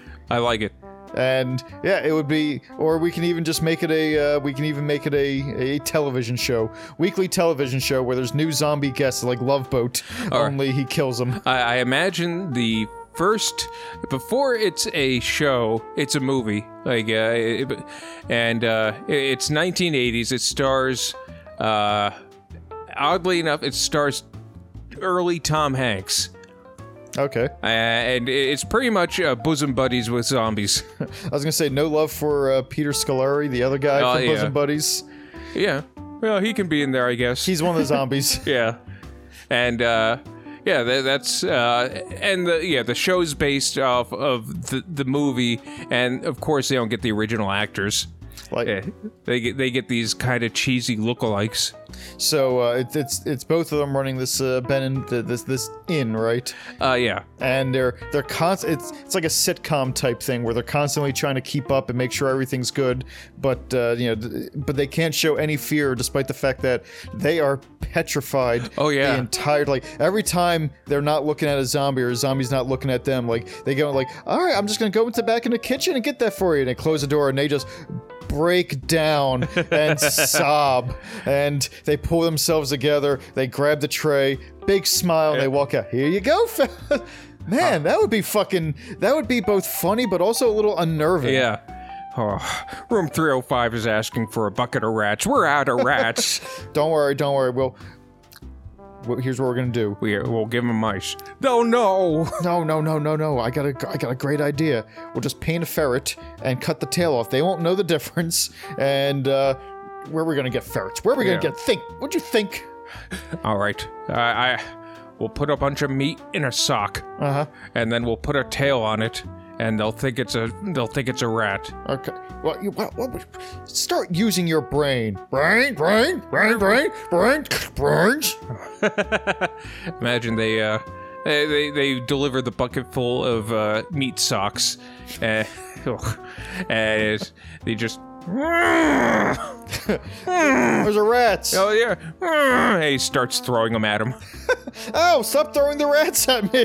[SPEAKER 2] i like it
[SPEAKER 1] and yeah, it would be, or we can even just make it a uh, we can even make it a a television show, weekly television show where there's new zombie guests like Love Boat, only he kills them.
[SPEAKER 2] I, I imagine the first before it's a show it's a movie like uh, it- and uh, it's 1980s it stars Uh, oddly enough, it stars early Tom Hanks,
[SPEAKER 1] Okay.
[SPEAKER 2] uh, and it- it's pretty much uh, bosom buddies with zombies.
[SPEAKER 1] I was gonna say no love for uh, Peter Scolari, the other guy
[SPEAKER 2] Oh,
[SPEAKER 1] from
[SPEAKER 2] yeah.
[SPEAKER 1] Bosom Buddies.
[SPEAKER 2] yeah, well, he can be in there, I guess.
[SPEAKER 1] He's one of the zombies.
[SPEAKER 2] yeah and uh yeah tha that's uh and the yeah the show's based off of the, the movie and of course they don't get the original actors
[SPEAKER 1] Like
[SPEAKER 2] Eh, they get they get these kind of cheesy lookalikes
[SPEAKER 1] so, uh, it, it's it's both of them running this uh, Ben and th- this this inn, right?
[SPEAKER 2] uh yeah
[SPEAKER 1] And they're they're constant. It's it's like a sitcom type thing where they're constantly trying to keep up and make sure everything's good, but uh, you know, th- but they can't show any fear despite the fact that they are petrified.
[SPEAKER 2] Oh, yeah.
[SPEAKER 1] the entire like every time they're not looking at a zombie or a zombie's not looking at them, like they go like, all right, I'm just gonna go into back in the kitchen and get that for you, and they close the door and they just break down and sob and they pull themselves together they grab the tray big smile and they walk out here you go fella." man that would be fucking that would be both funny but also a little unnerving
[SPEAKER 2] yeah Oh, room 305 is asking for a bucket of rats. We're out of rats.
[SPEAKER 1] don't worry don't worry we'll well, here's what we're gonna do
[SPEAKER 2] we, we'll give them mice. No, no.
[SPEAKER 1] No, no, no, no, no. I got a, I got a great idea. We'll just paint a ferret and cut the tail off. They won't know the difference. And uh, where are we gonna get ferrets? Where are we gonna
[SPEAKER 2] Yeah.
[SPEAKER 1] get? Think. What'd you think?
[SPEAKER 2] All right. I, I we'll put a bunch of meat in a sock,
[SPEAKER 1] Uh huh.
[SPEAKER 2] and then we'll put a tail on it, and they'll think it's a they'll think it's a rat.
[SPEAKER 1] Okay. Well, you, well, well, start using your brain. Brain, brain, brain, brain, brain, brains.
[SPEAKER 2] Imagine they uh they they, they deliver the bucket full of uh, meat socks, uh, and they just. Oh
[SPEAKER 1] Those are rats.
[SPEAKER 2] yeah! And He starts throwing them at him.
[SPEAKER 1] Oh, stop throwing the rats at me.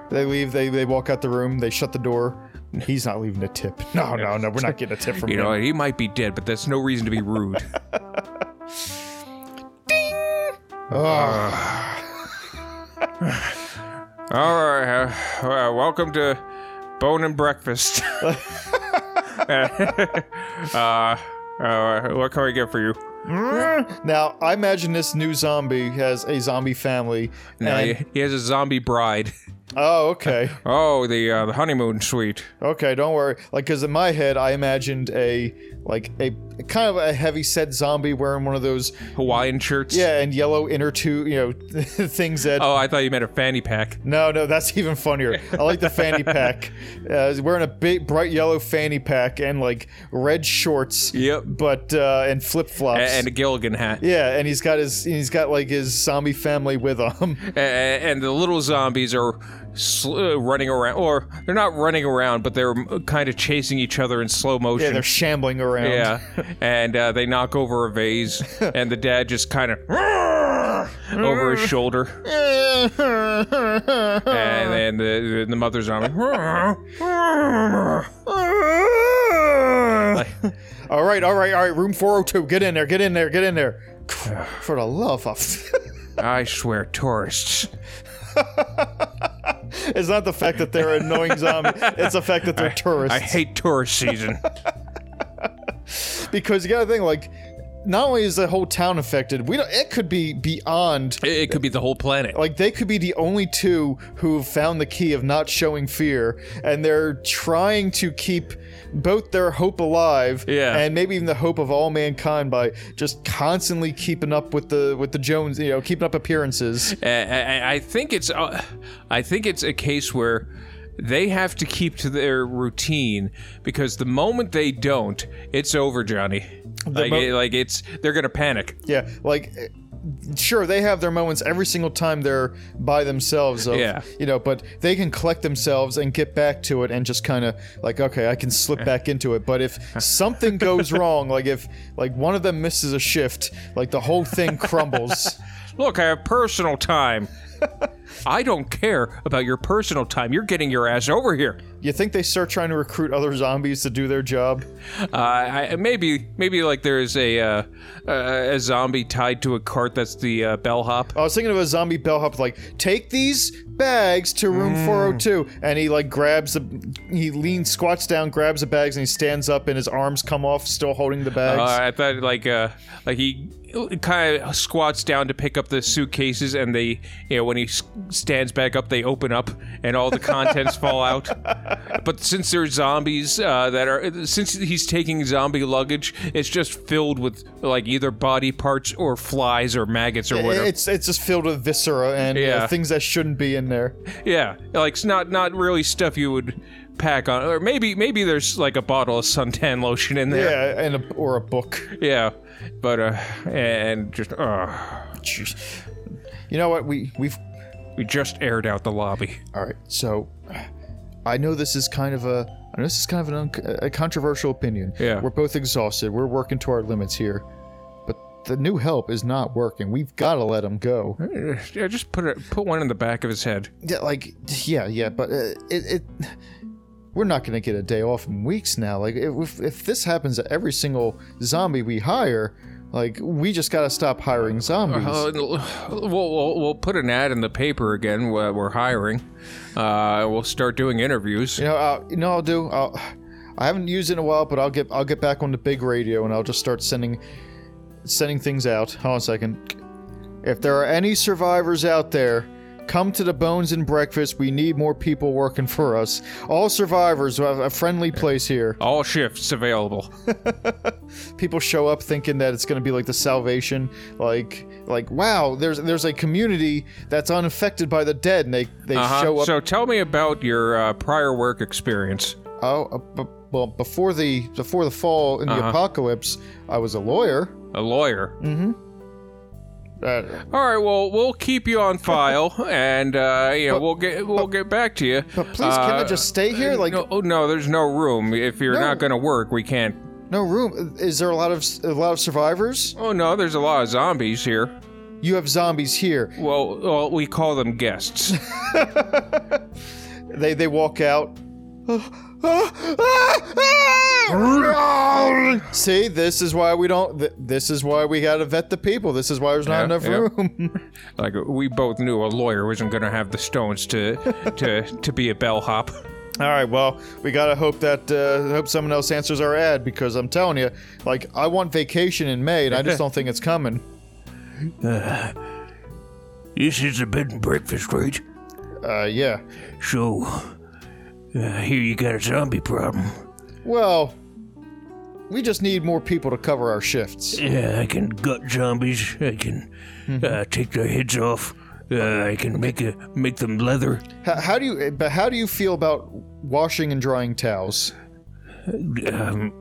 [SPEAKER 1] they leave. They they walk out the room. They shut the door. He's not leaving a tip. No, no, no. We're not getting a tip from
[SPEAKER 2] You
[SPEAKER 1] him.
[SPEAKER 2] know he might be dead, but that's no reason to be rude.
[SPEAKER 1] Ugh.
[SPEAKER 2] All right, uh, uh, welcome to Bone and Breakfast. uh, uh, what can I get for you?
[SPEAKER 1] Now, I imagine this new zombie has a zombie family.
[SPEAKER 2] Now,
[SPEAKER 1] and-
[SPEAKER 2] he, he has a zombie bride.
[SPEAKER 1] oh, okay.
[SPEAKER 2] Oh, the uh, the honeymoon suite.
[SPEAKER 1] Okay, don't worry. Like, because in my head, I imagined a, like, a kind of a heavy set zombie wearing one of those,
[SPEAKER 2] Hawaiian shirts.
[SPEAKER 1] yeah, and yellow inner tube, you know, things that.
[SPEAKER 2] Oh, I thought you meant a fanny pack.
[SPEAKER 1] No, no, that's even funnier. I like the fanny pack. Uh, he's wearing a big, bright yellow fanny pack and, like, red shorts.
[SPEAKER 2] Yep.
[SPEAKER 1] But, uh, and flip flops.
[SPEAKER 2] A- And a Gilligan hat.
[SPEAKER 1] yeah, and he's got his, he's got, like, his zombie family with him.
[SPEAKER 2] A- a- And the little zombies are sl- uh, running around, or they're not running around, but they're kind of chasing each other in slow
[SPEAKER 1] Yeah,
[SPEAKER 2] motion.
[SPEAKER 1] they're shambling around.
[SPEAKER 2] Yeah, and uh, they knock over a vase, and the dad just kind of over his shoulder, and then the the mother's on like,
[SPEAKER 1] all right, all right, all right. Room 402. Get in there, get in there, get in there. For the love of.
[SPEAKER 2] I swear, tourists.
[SPEAKER 1] it's not the fact that they're annoying zombies, it's the fact that they're tourists.
[SPEAKER 2] I hate tourist season.
[SPEAKER 1] because you gotta think, like, not only is the whole town affected, we don't, it could be beyond.
[SPEAKER 2] It, it could be the whole planet.
[SPEAKER 1] Like, they could be the only two who've found the key of not showing fear, and they're trying to keep both their hope alive
[SPEAKER 2] Yeah.
[SPEAKER 1] and maybe even the hope of all mankind by just constantly keeping up with the with the Jones, you know, keeping up appearances.
[SPEAKER 2] I, I, I think it's uh, I think it's a case where they have to keep to their routine because the moment they don't, it's over, Johnny. Like,
[SPEAKER 1] mo-
[SPEAKER 2] it- like it's they're gonna panic.
[SPEAKER 1] Yeah, like eh, sure they have their moments every single time they're by themselves of,
[SPEAKER 2] Yeah.
[SPEAKER 1] you know, but they can collect themselves and get back to it and just kind of like okay, I can slip back into it. But if something goes wrong, like if like one of them misses a shift, like the whole thing crumbles.
[SPEAKER 2] Look, I have personal time. I don't care about your personal time. You're getting your ass over here.
[SPEAKER 1] You think they start trying to recruit other zombies to do their job?
[SPEAKER 2] Uh, I, maybe, maybe like there's a uh, uh, a zombie tied to a cart. That's the uh, bellhop.
[SPEAKER 1] I was thinking of a zombie bellhop, like take these bags to room 402, and he like grabs the, he leans, squats down, grabs the bags, and he stands up, and his arms come off, still holding the bags.
[SPEAKER 2] Uh, I thought like uh, like he kind of squats down to pick up the suitcases, and they you know when he s- stands back up, they open up and all the contents fall out. But since they're zombies uh, that are since he's taking zombie luggage, it's just filled with like either body parts or flies or maggots or whatever.
[SPEAKER 1] it's it's just filled with viscera and uh,
[SPEAKER 2] Yeah.
[SPEAKER 1] things that shouldn't be in there.
[SPEAKER 2] Yeah, like it's not not really stuff you would pack on, or maybe maybe there's like a bottle of suntan lotion in there.
[SPEAKER 1] Yeah, and a, or a book.
[SPEAKER 2] Yeah, but uh, and just uh,
[SPEAKER 1] Jeez. You know what? We we've
[SPEAKER 2] we just aired out the lobby.
[SPEAKER 1] all right. So, I know this is kind of a I know this is kind of an un- a controversial opinion.
[SPEAKER 2] Yeah.
[SPEAKER 1] we're both exhausted. We're working to our limits here, but the new help is not working. We've got to let him go.
[SPEAKER 2] Uh, Yeah, just put it put one in the back of his head.
[SPEAKER 1] Yeah, like yeah, yeah, but uh, it. it we're not going to get a day off in weeks now. Like, if, if this happens to every single zombie we hire, like, we just got to stop hiring zombies.
[SPEAKER 2] Uh, we'll, we'll we'll put an ad in the paper again. We're, we're hiring. Uh, we'll start doing interviews.
[SPEAKER 1] You know, I'll, you know, what I'll do. I'll, I haven't used it in a while, but I'll get I'll get back on the big radio and I'll just start sending sending things out. Hold on a second. If there are any survivors out there, come to the Bones and Breakfast. We need more people working for us. All survivors we have a friendly place here.
[SPEAKER 2] All shifts available.
[SPEAKER 1] People show up thinking that it's going to be like the salvation, like like wow, there's there's a community that's unaffected by the dead, and they they
[SPEAKER 2] Uh-huh.
[SPEAKER 1] show up.
[SPEAKER 2] So tell me about your uh, prior work experience.
[SPEAKER 1] Oh, uh, b- well, before the before the fall in the
[SPEAKER 2] Uh-huh.
[SPEAKER 1] apocalypse, I was a lawyer.
[SPEAKER 2] A lawyer.
[SPEAKER 1] Uh,
[SPEAKER 2] All right. Well, we'll keep you on file, and uh, you know we'll get we'll get back to you.
[SPEAKER 1] but please, can I
[SPEAKER 2] Uh,
[SPEAKER 1] just stay here? Like,
[SPEAKER 2] No,
[SPEAKER 1] no,
[SPEAKER 2] oh, no, there's no room. If
[SPEAKER 1] No.
[SPEAKER 2] you're not going to work, we can't.
[SPEAKER 1] room. Is there a lot of s- a lot of survivors?
[SPEAKER 2] Oh no, there's a lot of zombies here.
[SPEAKER 1] You have zombies here.
[SPEAKER 2] Well, well we call them guests.
[SPEAKER 1] They they walk out. See, this is why we don't. Th- this is why we gotta vet the people. This is why there's not
[SPEAKER 2] Yeah,
[SPEAKER 1] enough
[SPEAKER 2] yeah.
[SPEAKER 1] room.
[SPEAKER 2] like we both knew a lawyer wasn't going to have the stones to to to be a bellhop.
[SPEAKER 1] All right, well, we gotta hope that uh, hope someone else answers our ad because I'm telling you, like, I want vacation in May, and I just don't think it's coming.
[SPEAKER 3] This is a bed and breakfast, right?
[SPEAKER 1] Uh, yeah.
[SPEAKER 3] So, uh, here you got a zombie problem.
[SPEAKER 1] Well, we just need more people to cover our shifts.
[SPEAKER 3] Yeah, Uh, I can gut zombies. I can
[SPEAKER 2] Mm-hmm.
[SPEAKER 3] uh, take their heads off. Uh, I can make a, make them leather.
[SPEAKER 1] How, how do you? eh, But how do you feel about washing and drying towels?
[SPEAKER 3] Um,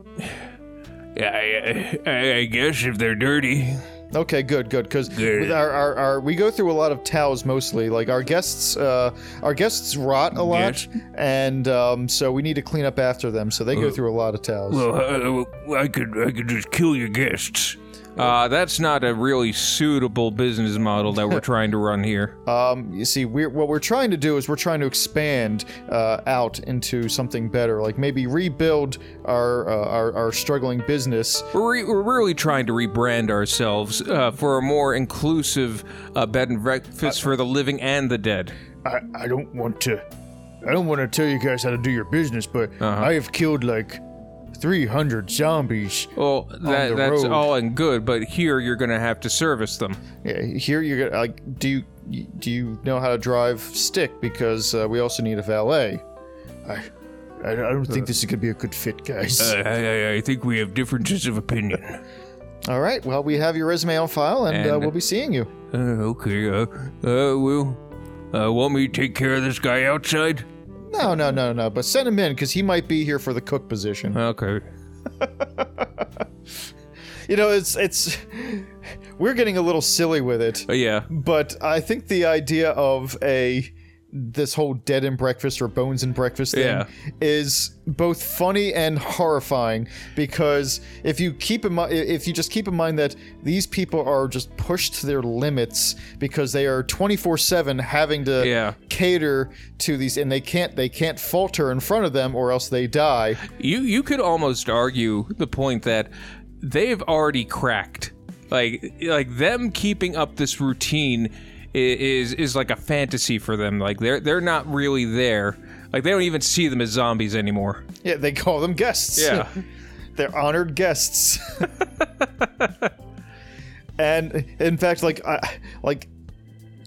[SPEAKER 3] I, I, I guess if they're dirty.
[SPEAKER 1] Okay, good, good. Because
[SPEAKER 3] Good.
[SPEAKER 1] our, our, our we go through a lot of towels mostly. Like our guests, uh, our guests rot a lot,
[SPEAKER 3] Yes.
[SPEAKER 1] and um, so we need to clean up after them. So they go through a lot of towels.
[SPEAKER 3] Uh, Well, Oh, uh, I, I could I could just kill your guests.
[SPEAKER 2] Uh, that's not a really suitable business model that we're trying to run here.
[SPEAKER 1] Um, you see, we're, what we're trying to do is we're trying to expand uh, out into something better, like maybe rebuild our uh, our, our struggling business.
[SPEAKER 2] We're, re- we're really trying to rebrand ourselves uh, for a more inclusive uh, bed and breakfast for the living and the dead.
[SPEAKER 1] I, I don't want to I don't want to tell you guys how to do your business, but I have killed like 300 zombies.
[SPEAKER 2] Well, that,
[SPEAKER 1] the
[SPEAKER 2] that's
[SPEAKER 1] road.
[SPEAKER 2] all and good, but here you're going to have to service them.
[SPEAKER 1] Yeah, here you're gonna like do you do you know how to drive stick because uh, we also need a valet. I I don't think this is gonna be a good fit, guys.
[SPEAKER 3] I,
[SPEAKER 2] Uh.
[SPEAKER 3] I, I think we have differences of opinion.
[SPEAKER 1] All right, well we have your resume on file, and, uh,
[SPEAKER 2] And-
[SPEAKER 1] we'll be seeing you.
[SPEAKER 3] Uh, okay. Uh, uh, well, uh, want me to take care of this guy outside?
[SPEAKER 1] No, no, no, no, but send him in because he might be here for the cook position.
[SPEAKER 2] Okay.
[SPEAKER 1] You know, it's it's we're getting a little silly with it.
[SPEAKER 2] Uh, yeah.
[SPEAKER 1] but I think the idea of a this whole dead and breakfast or bones and breakfast thing
[SPEAKER 2] Yeah.
[SPEAKER 1] is both funny and horrifying because if you keep in mind if you just keep in mind that these people are just pushed to their limits because they are 24/7 having to
[SPEAKER 2] Yeah.
[SPEAKER 1] cater to these and they can't they can't falter in front of them or else they die
[SPEAKER 2] You you could almost argue the point that they've already cracked. Like like them keeping up this routine i- is is like a fantasy for them. Like they're they're not really there. Like they don't even see them as zombies anymore.
[SPEAKER 1] yeah they call them guests they're honored guests. and in fact, like I like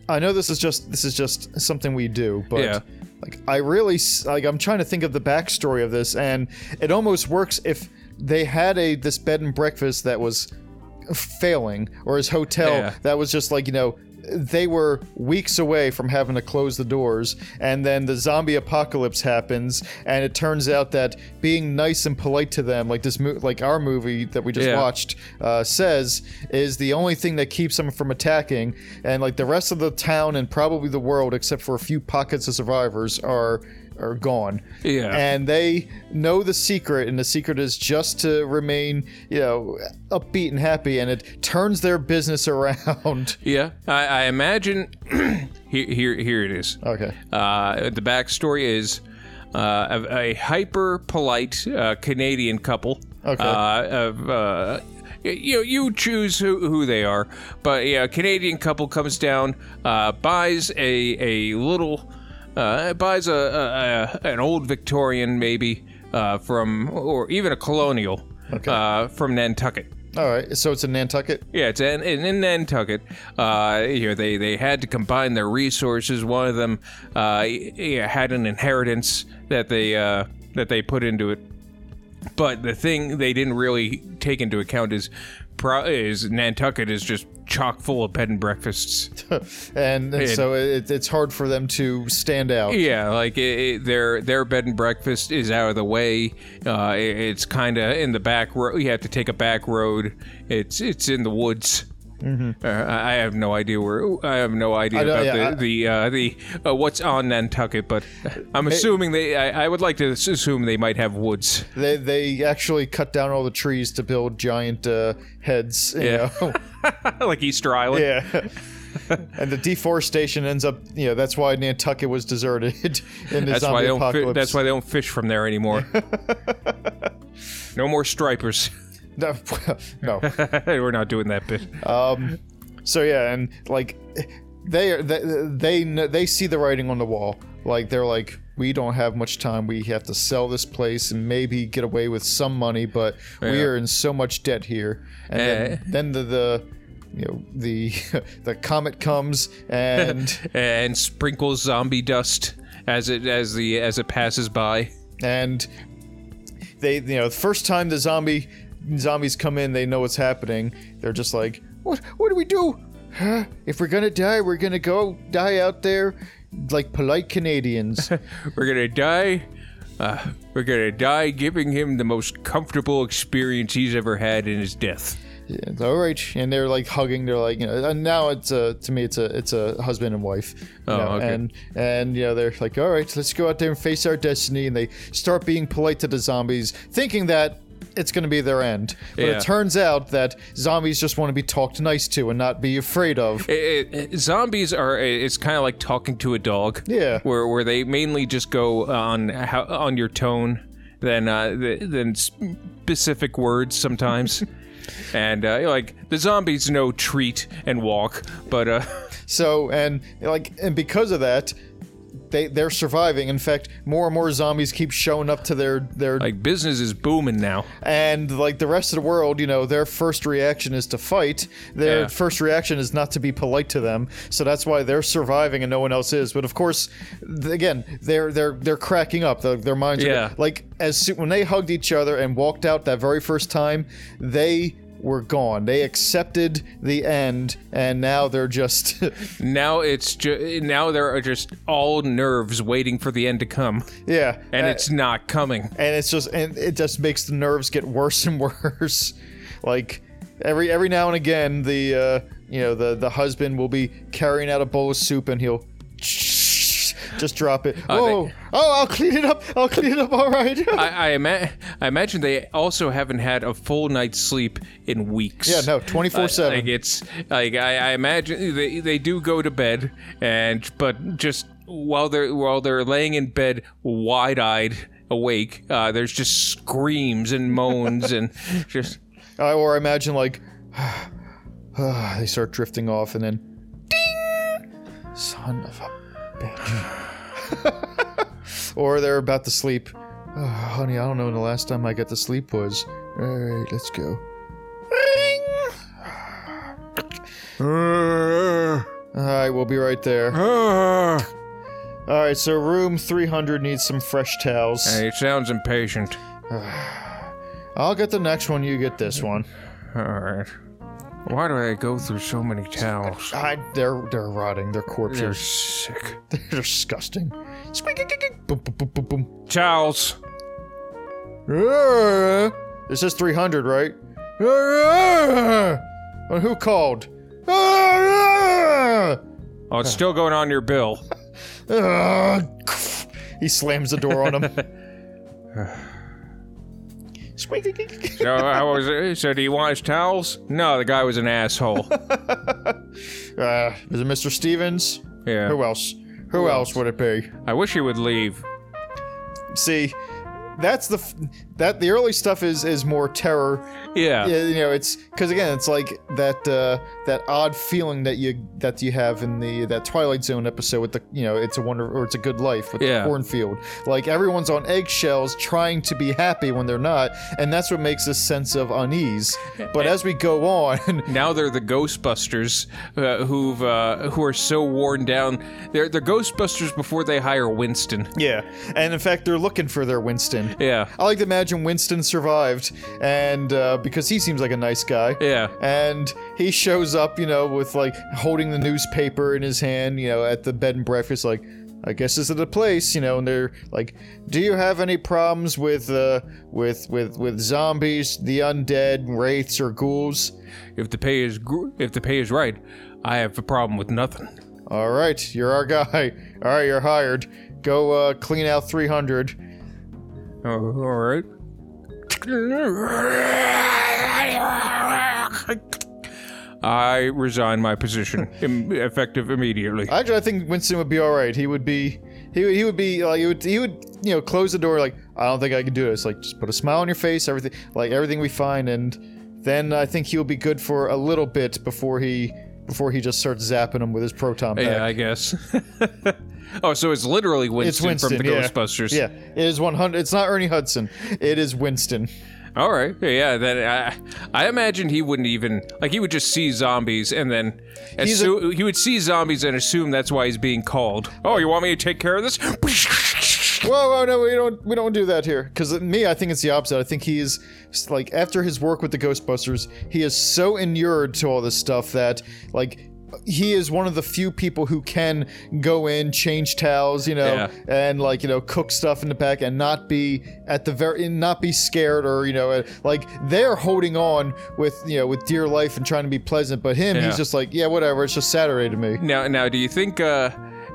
[SPEAKER 1] I know this is just this is just something we do, but
[SPEAKER 2] Yeah.
[SPEAKER 1] like I really s- like I'm trying to think of the backstory of this, and it almost works if they had a this bed and breakfast that was failing or his hotel
[SPEAKER 2] Yeah.
[SPEAKER 1] that was just like you know they were weeks away from having to close the doors and then the zombie apocalypse happens and it turns out that being nice and polite to them like this mo- like our movie that we just
[SPEAKER 2] Yeah.
[SPEAKER 1] watched uh, says is the only thing that keeps them from attacking and like the rest of the town and probably the world except for a few pockets of survivors are are gone
[SPEAKER 2] Yeah.
[SPEAKER 1] and they know the secret and the secret is just to remain you know upbeat and happy and it turns their business around
[SPEAKER 2] Yeah. I, I imagine here here here it is.
[SPEAKER 1] okay
[SPEAKER 2] Uh, the backstory is uh, a, a hyper polite uh, Canadian couple.
[SPEAKER 1] Okay.
[SPEAKER 2] Uh, of, uh, y- you you choose who, who they are, but yeah, a Canadian couple comes down, uh, buys a a little, uh, buys a, a, a an old Victorian maybe uh, from or even a colonial uh, from Nantucket.
[SPEAKER 1] all right so it's in nantucket
[SPEAKER 2] Yeah, it's in, in, in Nantucket. Uh, you know, they, they had to combine their resources. One of them uh, y- yeah, had an inheritance that they uh, that they put into it. But the thing they didn't really take into account is pro- is Nantucket is just chock full of bed and breakfasts.
[SPEAKER 1] and, and so it, it's hard for them to stand out
[SPEAKER 2] Yeah, like it, it, their their bed and breakfast is out of the way. Uh, it- it's kind of in the back road. You have to take a back road. It's it's in the woods. Uh, I I have no idea where. I have no idea
[SPEAKER 1] Mm-hmm. don't-
[SPEAKER 2] about
[SPEAKER 1] yeah,
[SPEAKER 2] the the uh, the uh, what's on Nantucket, but I'm assuming they. I, I would like to s- assume they might have woods.
[SPEAKER 1] they they actually cut down all the trees to build giant uh, heads you
[SPEAKER 2] Yeah.
[SPEAKER 1] know?
[SPEAKER 2] like Easter Island.
[SPEAKER 1] yeah and the deforestation ends up you know that's why nantucket was deserted in the
[SPEAKER 2] That's why
[SPEAKER 1] zombie
[SPEAKER 2] they don't. Fi-
[SPEAKER 1] apocalypse
[SPEAKER 2] that's why they don't fish from there anymore. no more stripers.
[SPEAKER 1] no, no.
[SPEAKER 2] We're not doing that bit.
[SPEAKER 1] So yeah, and like they are they they, kn- they see the writing on the wall. Like they're like we don't have much time. We have to sell this place and maybe get away with some money, but we
[SPEAKER 2] Yeah.
[SPEAKER 1] are in so much debt here. And
[SPEAKER 2] Eh.
[SPEAKER 1] then, then the the you know the the comet comes and
[SPEAKER 2] and sprinkles zombie dust as it as the as it passes by.
[SPEAKER 1] and they you know the first time the zombie zombies come in they know what's happening they're just like what what do we do Huh? if we're gonna die we're gonna go die out there like polite canadians
[SPEAKER 2] We're gonna die. Uh, we're gonna die, giving him the most comfortable experience he's ever had in his death.
[SPEAKER 1] Yeah, it's all right and they're like hugging they're like you know and now it's a to me it's a it's a husband and wife you
[SPEAKER 2] Oh,
[SPEAKER 1] know,
[SPEAKER 2] okay.
[SPEAKER 1] and and you know they're like all right let's go out there and face our destiny and they start being polite to the zombies thinking that it's going to be their end but
[SPEAKER 2] Yeah.
[SPEAKER 1] it turns out that zombies just want to be talked nice to and not be afraid of
[SPEAKER 2] It, it- zombies are. It's kind of like talking to a dog.
[SPEAKER 1] Yeah.
[SPEAKER 2] Where where they mainly just go on how, on your tone, than uh, th- than specific words sometimes. and uh, like the zombies know treat and walk, but uh,
[SPEAKER 1] so and like and because of that they they're surviving in fact more and more zombies keep showing up to their their
[SPEAKER 2] like business is booming now.
[SPEAKER 1] and like the rest of the world, you know, their first reaction is to fight. Their
[SPEAKER 2] Yeah.
[SPEAKER 1] first reaction is not to be polite to them. So that's why they're surviving and no one else is. But of course, th- again, they're they're they're cracking up. Their, their minds
[SPEAKER 2] Yeah.
[SPEAKER 1] are like as soon when they hugged each other and walked out that very first time, they were gone. They accepted the end and now they're just
[SPEAKER 2] Now it's ju- now there are just all nerves waiting for the end to come,
[SPEAKER 1] yeah.
[SPEAKER 2] and
[SPEAKER 1] Uh,
[SPEAKER 2] it's not coming.
[SPEAKER 1] and it's just and it just makes the nerves get worse and worse like every every now and again the uh you know the the husband will be carrying out a bowl of soup and he'll Just drop it. Whoa! oh, I'll clean it up. I'll clean it up. All right.
[SPEAKER 2] I, I, ima- I imagine they also haven't had a full night's sleep in weeks.
[SPEAKER 1] yeah, no, twenty four
[SPEAKER 2] Like
[SPEAKER 1] seven.
[SPEAKER 2] it's like I, I imagine they, they do go to bed and but just while they're while they're laying in bed wide eyed awake, uh, there's just screams and moans and just
[SPEAKER 1] I Or imagine like they start drifting off, and then ding, son of a bitch. or they're about to sleep. Oh, honey, I don't know when the last time I got to sleep was. All right, let's go. All right, we'll be right there. uh. All right, so room 300 needs some fresh towels.
[SPEAKER 2] and it sounds impatient.
[SPEAKER 1] I'll get the next one, you get this one.
[SPEAKER 2] All right. Why do I go through so many towels?
[SPEAKER 1] I, they're they're rotting, they're
[SPEAKER 2] They're
[SPEAKER 1] corpses.
[SPEAKER 2] sick.
[SPEAKER 1] They're, disgusting. Squeak, squeak, squeak. boom, boom, boom, boom,
[SPEAKER 2] Towels.
[SPEAKER 1] boom. Ah, This is 300, right? Ah, And who called? Ah,
[SPEAKER 2] Oh, it's still going on your bill.
[SPEAKER 1] ah. He slams the door on him. Uh, Squeak, squeak, squeak.
[SPEAKER 2] So, how was it? so do you want his towels? No, the guy was an asshole.
[SPEAKER 1] Uh, is it Mr. Stevens?
[SPEAKER 2] Yeah.
[SPEAKER 1] Who else? Who, else? would it be?
[SPEAKER 2] I wish he would leave.
[SPEAKER 1] See, that's the f- that the early stuff is is more terror.
[SPEAKER 2] Yeah.
[SPEAKER 1] Yeah, you know, it's because again, it's like that uh, that odd feeling that you that you have in the that Twilight Zone episode with the you know it's a wonder or it's a good life with
[SPEAKER 2] Yeah.
[SPEAKER 1] the cornfield. Like everyone's on eggshells trying to be happy when they're not, and that's what makes this sense of unease. But as we go on,
[SPEAKER 2] Now they're the Ghostbusters uh, who've uh, who are so worn down. They're the Ghostbusters before they hire Winston.
[SPEAKER 1] yeah, and in fact, they're looking for their Winston.
[SPEAKER 2] Yeah.
[SPEAKER 1] I like to imagine Winston survived, and uh, because he seems like a nice guy.
[SPEAKER 2] Yeah.
[SPEAKER 1] And he shows up, you know, with like holding the newspaper in his hand, you know, at the bed and breakfast, like, I guess this is the place, you know. And they're like, "Do you have any problems with, uh, with, with, with zombies, the undead, wraiths, or ghouls?"
[SPEAKER 2] If the pay is gr- if the pay is right, I have a problem with nothing.
[SPEAKER 1] All right, you're our guy. All right, you're hired. Go uh, clean out 300.
[SPEAKER 2] Oh, all right. I resign my position, Im- effective immediately.
[SPEAKER 1] Actually, I think Winston would be all right. He would be, he would, he would be like, he would, he would, you know, close the door like, I don't think I can do this. Like, just put a smile on your face, everything, like everything we find, and then I think he'll be good for a little bit before he, before he just starts zapping him with his proton pack.
[SPEAKER 2] Yeah, I guess. oh, so it's literally Winston,
[SPEAKER 1] it's Winston
[SPEAKER 2] from the
[SPEAKER 1] yeah.
[SPEAKER 2] Ghostbusters.
[SPEAKER 1] Yeah, it is 100. It's not Ernie Hudson. It is Winston.
[SPEAKER 2] All right. Yeah. That I, I imagine he wouldn't even like he would just see zombies and then
[SPEAKER 1] He's a-
[SPEAKER 2] assu- he would see zombies and assume that's why he's being called. Oh, you want me to take care of this?
[SPEAKER 1] Whoa, whoa, no, we don't, we don't do that here. Because me, I think it's the opposite. I think he is like after his work with the Ghostbusters, he is so inured to all this stuff that like he is one of the few people who can go in, change towels, you know,
[SPEAKER 2] Yeah.
[SPEAKER 1] and like you know cook stuff in the back and not be at the very not be scared or you know uh, like they're holding on with you know with dear life and trying to be pleasant, but him,
[SPEAKER 2] Yeah.
[SPEAKER 1] he's just like yeah, whatever. It's just Saturday to me.
[SPEAKER 2] Now, now, do you think? Uh,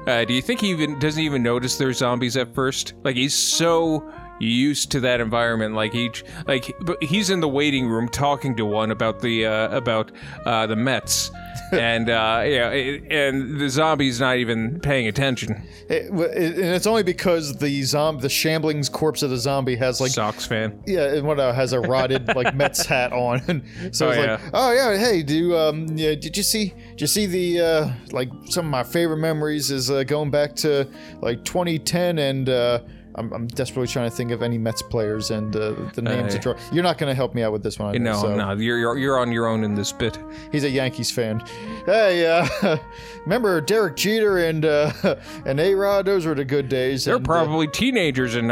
[SPEAKER 2] uh, do you think he even doesn't even notice there's zombies at first? Like he's so used to that environment. Like he, like but he's in the waiting room talking to one about the uh, about uh, the Mets, and uh, yeah, it, and the zombie's not even paying attention.
[SPEAKER 1] It- it- and it's only because the zombie, the shambling's corpse of the zombie has like
[SPEAKER 2] Sox fan.
[SPEAKER 1] yeah, and one uh, has a rotted like Mets hat on, and so
[SPEAKER 2] Oh,
[SPEAKER 1] it's like,
[SPEAKER 2] yeah.
[SPEAKER 1] oh yeah, hey, do you, um, yeah, did you see, did you see the uh, like some of my favorite memories is uh, going back to like 2010, and uh, I'm, I'm desperately trying to think of any Mets players and uh, the names. that draw. You're not going to help me out with this one, I know,
[SPEAKER 2] No,
[SPEAKER 1] so.
[SPEAKER 2] no, you're, you're you're on your own in this bit.
[SPEAKER 1] He's a Yankees fan. Hey, uh, remember Derek Jeter and uh, and A Rod? Those were the good days.
[SPEAKER 2] They're
[SPEAKER 1] and, uh,
[SPEAKER 2] probably teenagers in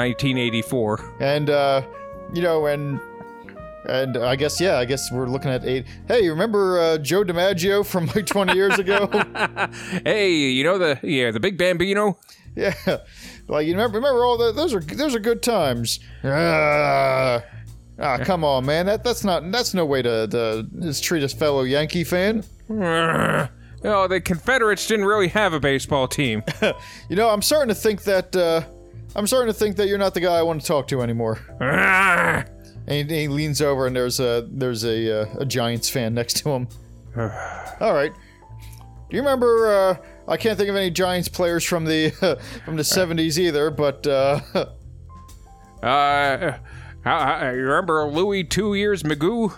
[SPEAKER 2] 1984.
[SPEAKER 1] and uh, you know, and and I guess yeah, I guess we're looking at eight. Hey, you remember uh, Joe DiMaggio from like twenty years ago?
[SPEAKER 2] Hey, you know the yeah the big Bambino.
[SPEAKER 1] yeah, like you remember, remember all that? Those are those are good times. Ah, ah, come on, man. That that's not that's no way to, to just treat a fellow Yankee fan.
[SPEAKER 2] All Oh, the Confederates didn't really have a baseball team.
[SPEAKER 1] You know, I'm starting to think that uh, I'm starting to think that you're not the guy I want to talk to anymore.
[SPEAKER 2] Ah!
[SPEAKER 1] And he, he leans over, and there's a there's a uh, a Giants fan next to him. All right. Do you remember? Uh, I can't think of any Giants players from the from the '70s either, but uh,
[SPEAKER 2] Uh, I, I you remember Louis Two Years Magoo?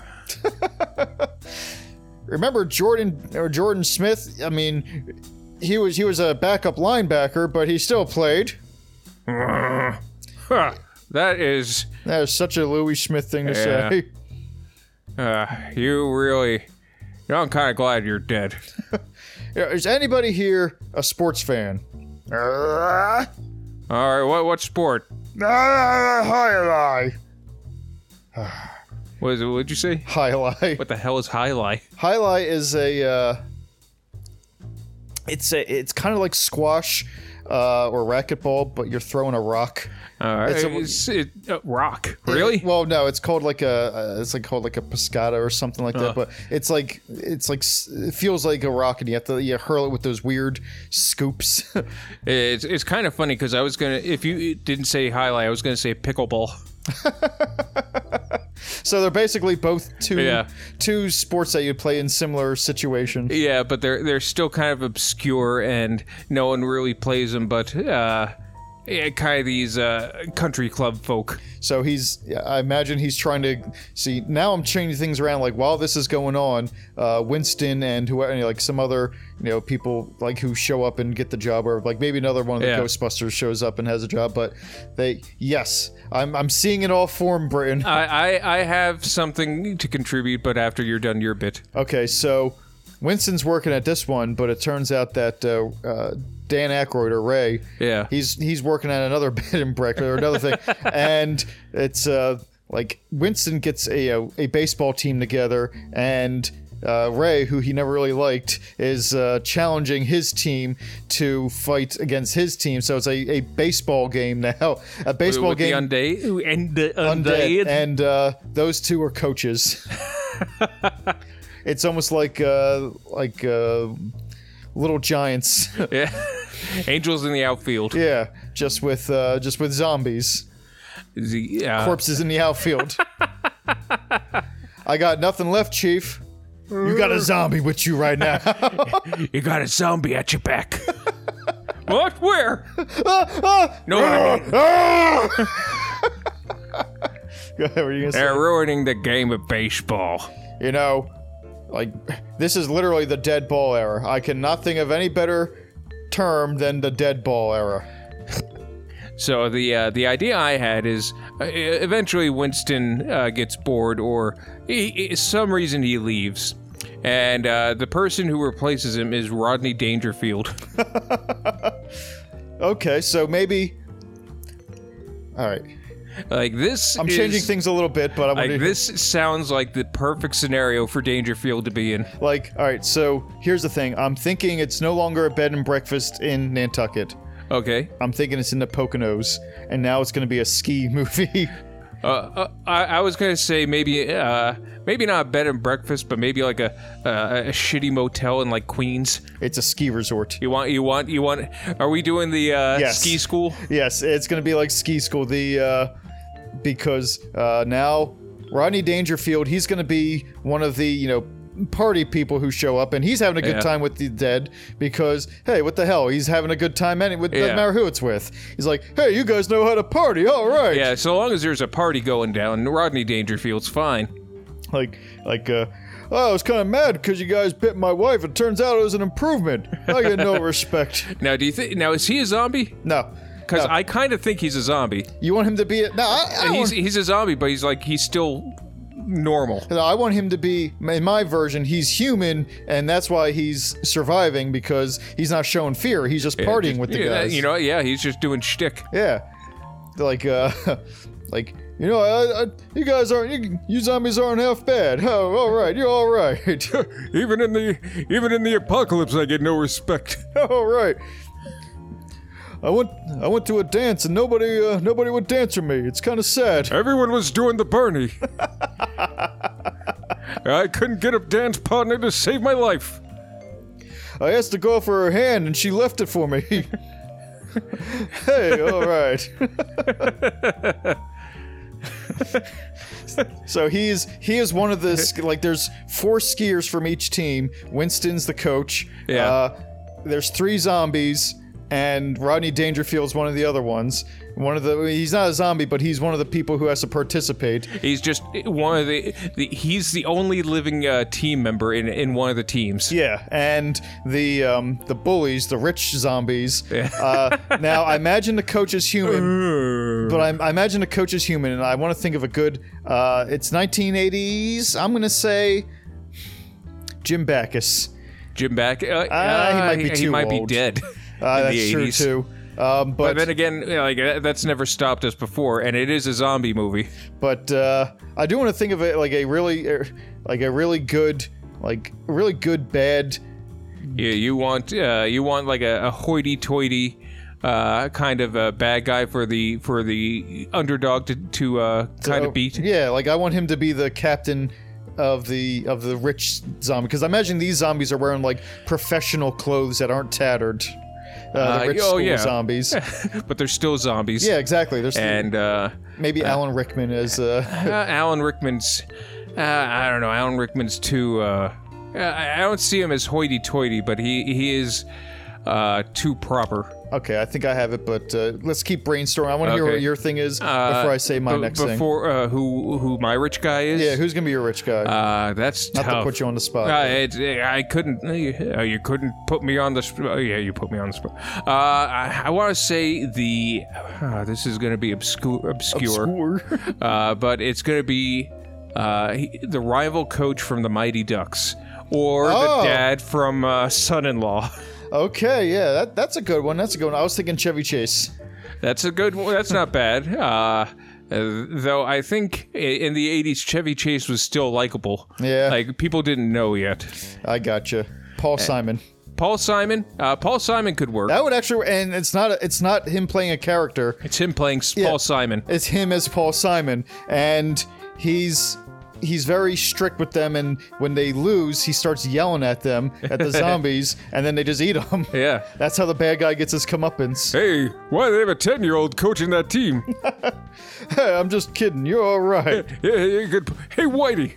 [SPEAKER 1] remember Jordan or Jordan Smith? I mean, he was he was a backup linebacker, but he still played.
[SPEAKER 2] Huh, that is,
[SPEAKER 1] That is such a Louis Smith thing to
[SPEAKER 2] Yeah.
[SPEAKER 1] say.
[SPEAKER 2] uh, you really. you know, I'm kind of glad you're dead.
[SPEAKER 1] Yeah, Is anybody here a sports fan?
[SPEAKER 2] All right, what what sport
[SPEAKER 1] High lie.
[SPEAKER 2] was it? What'd you say?
[SPEAKER 1] High lie.
[SPEAKER 2] What the hell is highlight?
[SPEAKER 1] Highlight is a uh, it's a it's kind of like squash uh, or racquetball, but you're throwing a rock.
[SPEAKER 2] Uh,
[SPEAKER 1] It's
[SPEAKER 2] it's
[SPEAKER 1] a-
[SPEAKER 2] it, uh, rock. Really?
[SPEAKER 1] Well, no, it's called like a uh, it's like called like a pescata or something like
[SPEAKER 2] Uh.
[SPEAKER 1] that. But it's like it's like s- it feels like a rock, and you have to you hurl it with those weird scoops.
[SPEAKER 2] It's it's kind of funny because I was gonna if you didn't say highlight, I was gonna say pickleball.
[SPEAKER 1] so they're basically both two
[SPEAKER 2] Yeah.
[SPEAKER 1] two sports that you play in similar situations.
[SPEAKER 2] Yeah, but they're they're still kind of obscure and no one really plays them. But uh, yeah, kind of these uh, country club folk.
[SPEAKER 1] So he's, I imagine he's trying to see. Now I'm changing things around. Like while this is going on, uh, Winston and whoever, and, like some other, you know, people like who show up and get the job, or like maybe another one of the
[SPEAKER 2] Yeah.
[SPEAKER 1] Ghostbusters shows up and has a job. But they, yes, I'm, I'm seeing it all form, Britain.
[SPEAKER 2] I, I I have something to contribute, but after you're done your bit.
[SPEAKER 1] Okay, so Winston's working at this one, but it turns out that uh, uh, Dan Aykroyd or Ray,
[SPEAKER 2] Yeah.
[SPEAKER 1] he's he's working at another bed and breakfast or another thing, and it's uh, like Winston gets a, uh, a a baseball team together, and uh, Ray, who he never really liked, is uh, challenging his team to fight against his team. So it's a, a baseball game now, a baseball
[SPEAKER 2] With
[SPEAKER 1] game.
[SPEAKER 2] the undead, and the
[SPEAKER 1] Undead,
[SPEAKER 2] undead.
[SPEAKER 1] and uh, those two are coaches. it's almost like uh, like uh, little giants,
[SPEAKER 2] yeah. Angels in the outfield.
[SPEAKER 1] yeah, just with uh, just with zombies,
[SPEAKER 2] The, uh,
[SPEAKER 1] corpses in the outfield. I got nothing left, Chief. You got a zombie with you right now.
[SPEAKER 2] You got a zombie at your back. what? Where? no, I mean,
[SPEAKER 1] What were you gonna say?
[SPEAKER 2] they're ruining the game of baseball.
[SPEAKER 1] you know, like this is literally the dead ball era. I cannot think of any better term than the dead ball era.
[SPEAKER 2] So the uh, the idea I had is uh, eventually Winston uh, gets bored or he, he- some reason he leaves, and uh, the person who replaces him is Rodney Dangerfield.
[SPEAKER 1] Okay, so maybe. All right,
[SPEAKER 2] like this,
[SPEAKER 1] I'm
[SPEAKER 2] is-
[SPEAKER 1] changing things a little bit, but I want
[SPEAKER 2] Like
[SPEAKER 1] to
[SPEAKER 2] this sounds like the perfect scenario for Dangerfield to be in.
[SPEAKER 1] like. All right, so here's the thing. I'm thinking it's no longer a bed and breakfast in Nantucket.
[SPEAKER 2] Okay,
[SPEAKER 1] I'm thinking it's in the Poconos, and now it's going to be a ski movie.
[SPEAKER 2] uh, uh, I, I was gonna say maybe uh, maybe not a bed and breakfast, but maybe like a uh, a shitty motel in like Queens.
[SPEAKER 1] it's a ski resort.
[SPEAKER 2] You want you want you want? Are we doing the uh,
[SPEAKER 1] Yes.
[SPEAKER 2] ski school?
[SPEAKER 1] Yes, it's going to be like ski school. The uh, because uh, now Rodney Dangerfield, he's going to be one of the you know party people who show up, and he's having a good
[SPEAKER 2] Yeah.
[SPEAKER 1] time with the dead because hey, what the hell? He's having a good time, and it with- doesn't
[SPEAKER 2] Yeah.
[SPEAKER 1] matter who it's with. He's like, hey, you guys know how to party, all right?
[SPEAKER 2] Yeah, so long as there's a party going down, Rodney Dangerfield's fine.
[SPEAKER 1] Like like. Uh, Oh, I was kind of mad because you guys bit my wife. It turns out it was an improvement. I get no respect.
[SPEAKER 2] Now, do you think? Now, is he a zombie?
[SPEAKER 1] No,
[SPEAKER 2] Because I kind of think he's a zombie.
[SPEAKER 1] you want him to be. No, I, I don't
[SPEAKER 2] He's he's a zombie, but he's like he's still normal.
[SPEAKER 1] No, I want him to be in my version. He's human, and that's why he's surviving because he's not showing fear. He's just partying with the
[SPEAKER 2] yeah,
[SPEAKER 1] guys.
[SPEAKER 2] You know, yeah, he's just doing shtick.
[SPEAKER 1] yeah, like uh, like you know, I, I, you guys aren't you, you zombies aren't half bad. Oh, all right, you're all right,
[SPEAKER 2] Even in the even in the apocalypse, I get no respect.
[SPEAKER 1] all right. I went I went to a dance and nobody uh, nobody would dance with me. It's kind of sad.
[SPEAKER 2] Everyone was doing the Bernie. I couldn't get a dance partner to save my life.
[SPEAKER 1] I asked the girl for her hand and she left it for me. hey, all right. so he is he is one of the sk- like there's four skiers from each team. Winston's the coach.
[SPEAKER 2] Yeah.
[SPEAKER 1] Uh, there's three zombies and Rodney Dangerfield's one of the other ones. One of the he's not a zombie, but he's one of the people who has to participate.
[SPEAKER 2] He's just one of the, the he's the only living uh, team member in in one of the teams.
[SPEAKER 1] Yeah, and the um, the bullies, the rich zombies. Uh, now, I imagine the coach is human, but I, I imagine the coach is human, and I want to think of a good. Uh, it's 1980s. I'm gonna say Jim Backus.
[SPEAKER 2] Jim back. Uh,
[SPEAKER 1] Ah, he might be
[SPEAKER 2] he,
[SPEAKER 1] too
[SPEAKER 2] might
[SPEAKER 1] old.
[SPEAKER 2] be dead.
[SPEAKER 1] Uh,
[SPEAKER 2] in
[SPEAKER 1] that's
[SPEAKER 2] the
[SPEAKER 1] true
[SPEAKER 2] 80s.
[SPEAKER 1] too. Um, but
[SPEAKER 2] But then again, yeah, like uh, that's never stopped us before, and it is a zombie movie.
[SPEAKER 1] but uh, I do want to think of it like a really er, like a really good like really good bad.
[SPEAKER 2] Yeah, you want uh, you want like a, a hoity-toity uh, kind of a bad guy for the for the underdog to, to uh, kind
[SPEAKER 1] Oh,
[SPEAKER 2] of beat.
[SPEAKER 1] Yeah, like I want him to be the captain of the of the rich zombie because I imagine these zombies are wearing like professional clothes that aren't tattered. Uh,
[SPEAKER 2] Uh,
[SPEAKER 1] the rich
[SPEAKER 2] oh,
[SPEAKER 1] school
[SPEAKER 2] yeah.
[SPEAKER 1] zombies.
[SPEAKER 2] But they're still zombies.
[SPEAKER 1] yeah, exactly. There's
[SPEAKER 2] And uh,
[SPEAKER 1] maybe Alan Rickman as uh,
[SPEAKER 2] uh, Alan Rickman's uh, I don't know. Alan Rickman's too. Uh, I I don't see him as hoity-toity, but he he is uh, too proper.
[SPEAKER 1] okay. I think I have it, but uh, let's keep brainstorming. I want to hear
[SPEAKER 2] Okay.
[SPEAKER 1] what your thing is
[SPEAKER 2] Uh,
[SPEAKER 1] before I say my
[SPEAKER 2] b-
[SPEAKER 1] next thing.
[SPEAKER 2] before, uh, who who my rich guy is?
[SPEAKER 1] Yeah, who's gonna be your rich guy?
[SPEAKER 2] Uh, that's
[SPEAKER 1] Not to
[SPEAKER 2] tough.
[SPEAKER 1] put you on the spot.
[SPEAKER 2] Uh, it, I couldn't. Uh, you couldn't put me on the. Sp- oh, yeah, you put me on the spot. Uh, I, I want to say the. Uh, this is going to be obscure, obscure.
[SPEAKER 1] Score.
[SPEAKER 2] Uh, but it's going to be uh, he- the rival coach from the Mighty Ducks, or
[SPEAKER 1] Oh.
[SPEAKER 2] the dad from uh, Son-in-Law.
[SPEAKER 1] okay, yeah, that, that's a good one. That's a good one. I was thinking Chevy Chase.
[SPEAKER 2] That's a good one. That's not bad. Uh, uh, though I think i- in the 80s, Chevy Chase was still likable.
[SPEAKER 1] Yeah.
[SPEAKER 2] Like, people didn't know yet.
[SPEAKER 1] I gotcha. Paul
[SPEAKER 2] Eh.
[SPEAKER 1] Simon.
[SPEAKER 2] Paul Simon. Uh, Paul Simon could work.
[SPEAKER 1] That would actually, and it's not a, it's not him playing a character.
[SPEAKER 2] It's him playing s-
[SPEAKER 1] Yeah.
[SPEAKER 2] Paul Simon.
[SPEAKER 1] It's him as Paul Simon, and he's he's very strict with them. And when they lose, he starts yelling at them at the zombies, and then they just eat them.
[SPEAKER 2] Yeah.
[SPEAKER 1] That's how the bad guy gets his comeuppance.
[SPEAKER 2] Hey, why do they have a 10 year old coaching that team?
[SPEAKER 1] Hey, I'm just kidding. You're all right.
[SPEAKER 2] yeah, yeah, good. Hey, Whitey.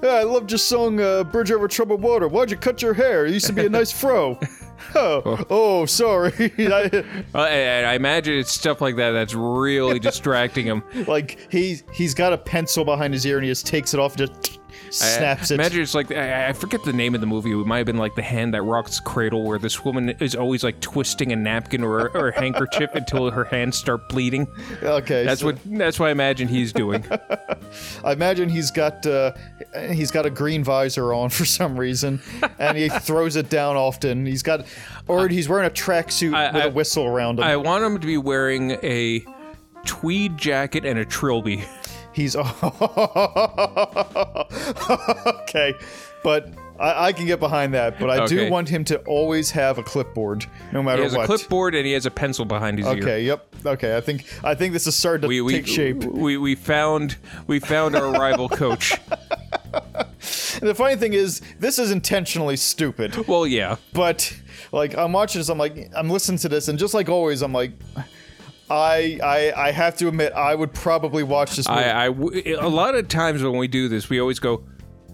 [SPEAKER 1] Hey, I loved your song uh, "Bridge Over Troubled Water." Why'd you cut your hair? It used to be a nice fro. Oh, oh, sorry. I-
[SPEAKER 2] Uh, I, I imagine it's stuff like that that's really distracting him.
[SPEAKER 1] like he he's got a pencil behind his ear and he just takes it off and just snaps
[SPEAKER 2] I,
[SPEAKER 1] it.
[SPEAKER 2] Imagine it's like I, I forget the name of the movie. It might have been like the hand that rocks cradle, where this woman is always like twisting a napkin or, or a handkerchief until her hands start bleeding.
[SPEAKER 1] Okay,
[SPEAKER 2] That's
[SPEAKER 1] so-
[SPEAKER 2] what that's what I imagine he's doing.
[SPEAKER 1] I imagine he's got uh, he's got a green visor on for some reason, and he throws it down often. He's got, or he's wearing a tracksuit
[SPEAKER 2] I-
[SPEAKER 1] with a
[SPEAKER 2] I-
[SPEAKER 1] whistle around him.
[SPEAKER 2] I want him to be wearing a tweed jacket and a trilby.
[SPEAKER 1] he's okay, but I, I can get behind that. But I do
[SPEAKER 2] Okay.
[SPEAKER 1] want him to always have a clipboard, no matter
[SPEAKER 2] He has
[SPEAKER 1] what.
[SPEAKER 2] a clipboard and he has a pencil behind his ear.
[SPEAKER 1] okay, yep. Okay, I think I think this is starting to
[SPEAKER 2] We we,
[SPEAKER 1] take shape.
[SPEAKER 2] we we found we found our rival coach.
[SPEAKER 1] And the funny thing is, this is intentionally stupid.
[SPEAKER 2] Well, yeah.
[SPEAKER 1] but like I'm watching this, I'm like I'm listening to this, and just like always, I'm like, I I I have to admit, I would probably watch this movie,
[SPEAKER 2] I, I w- a lot of times when we do this, we always go,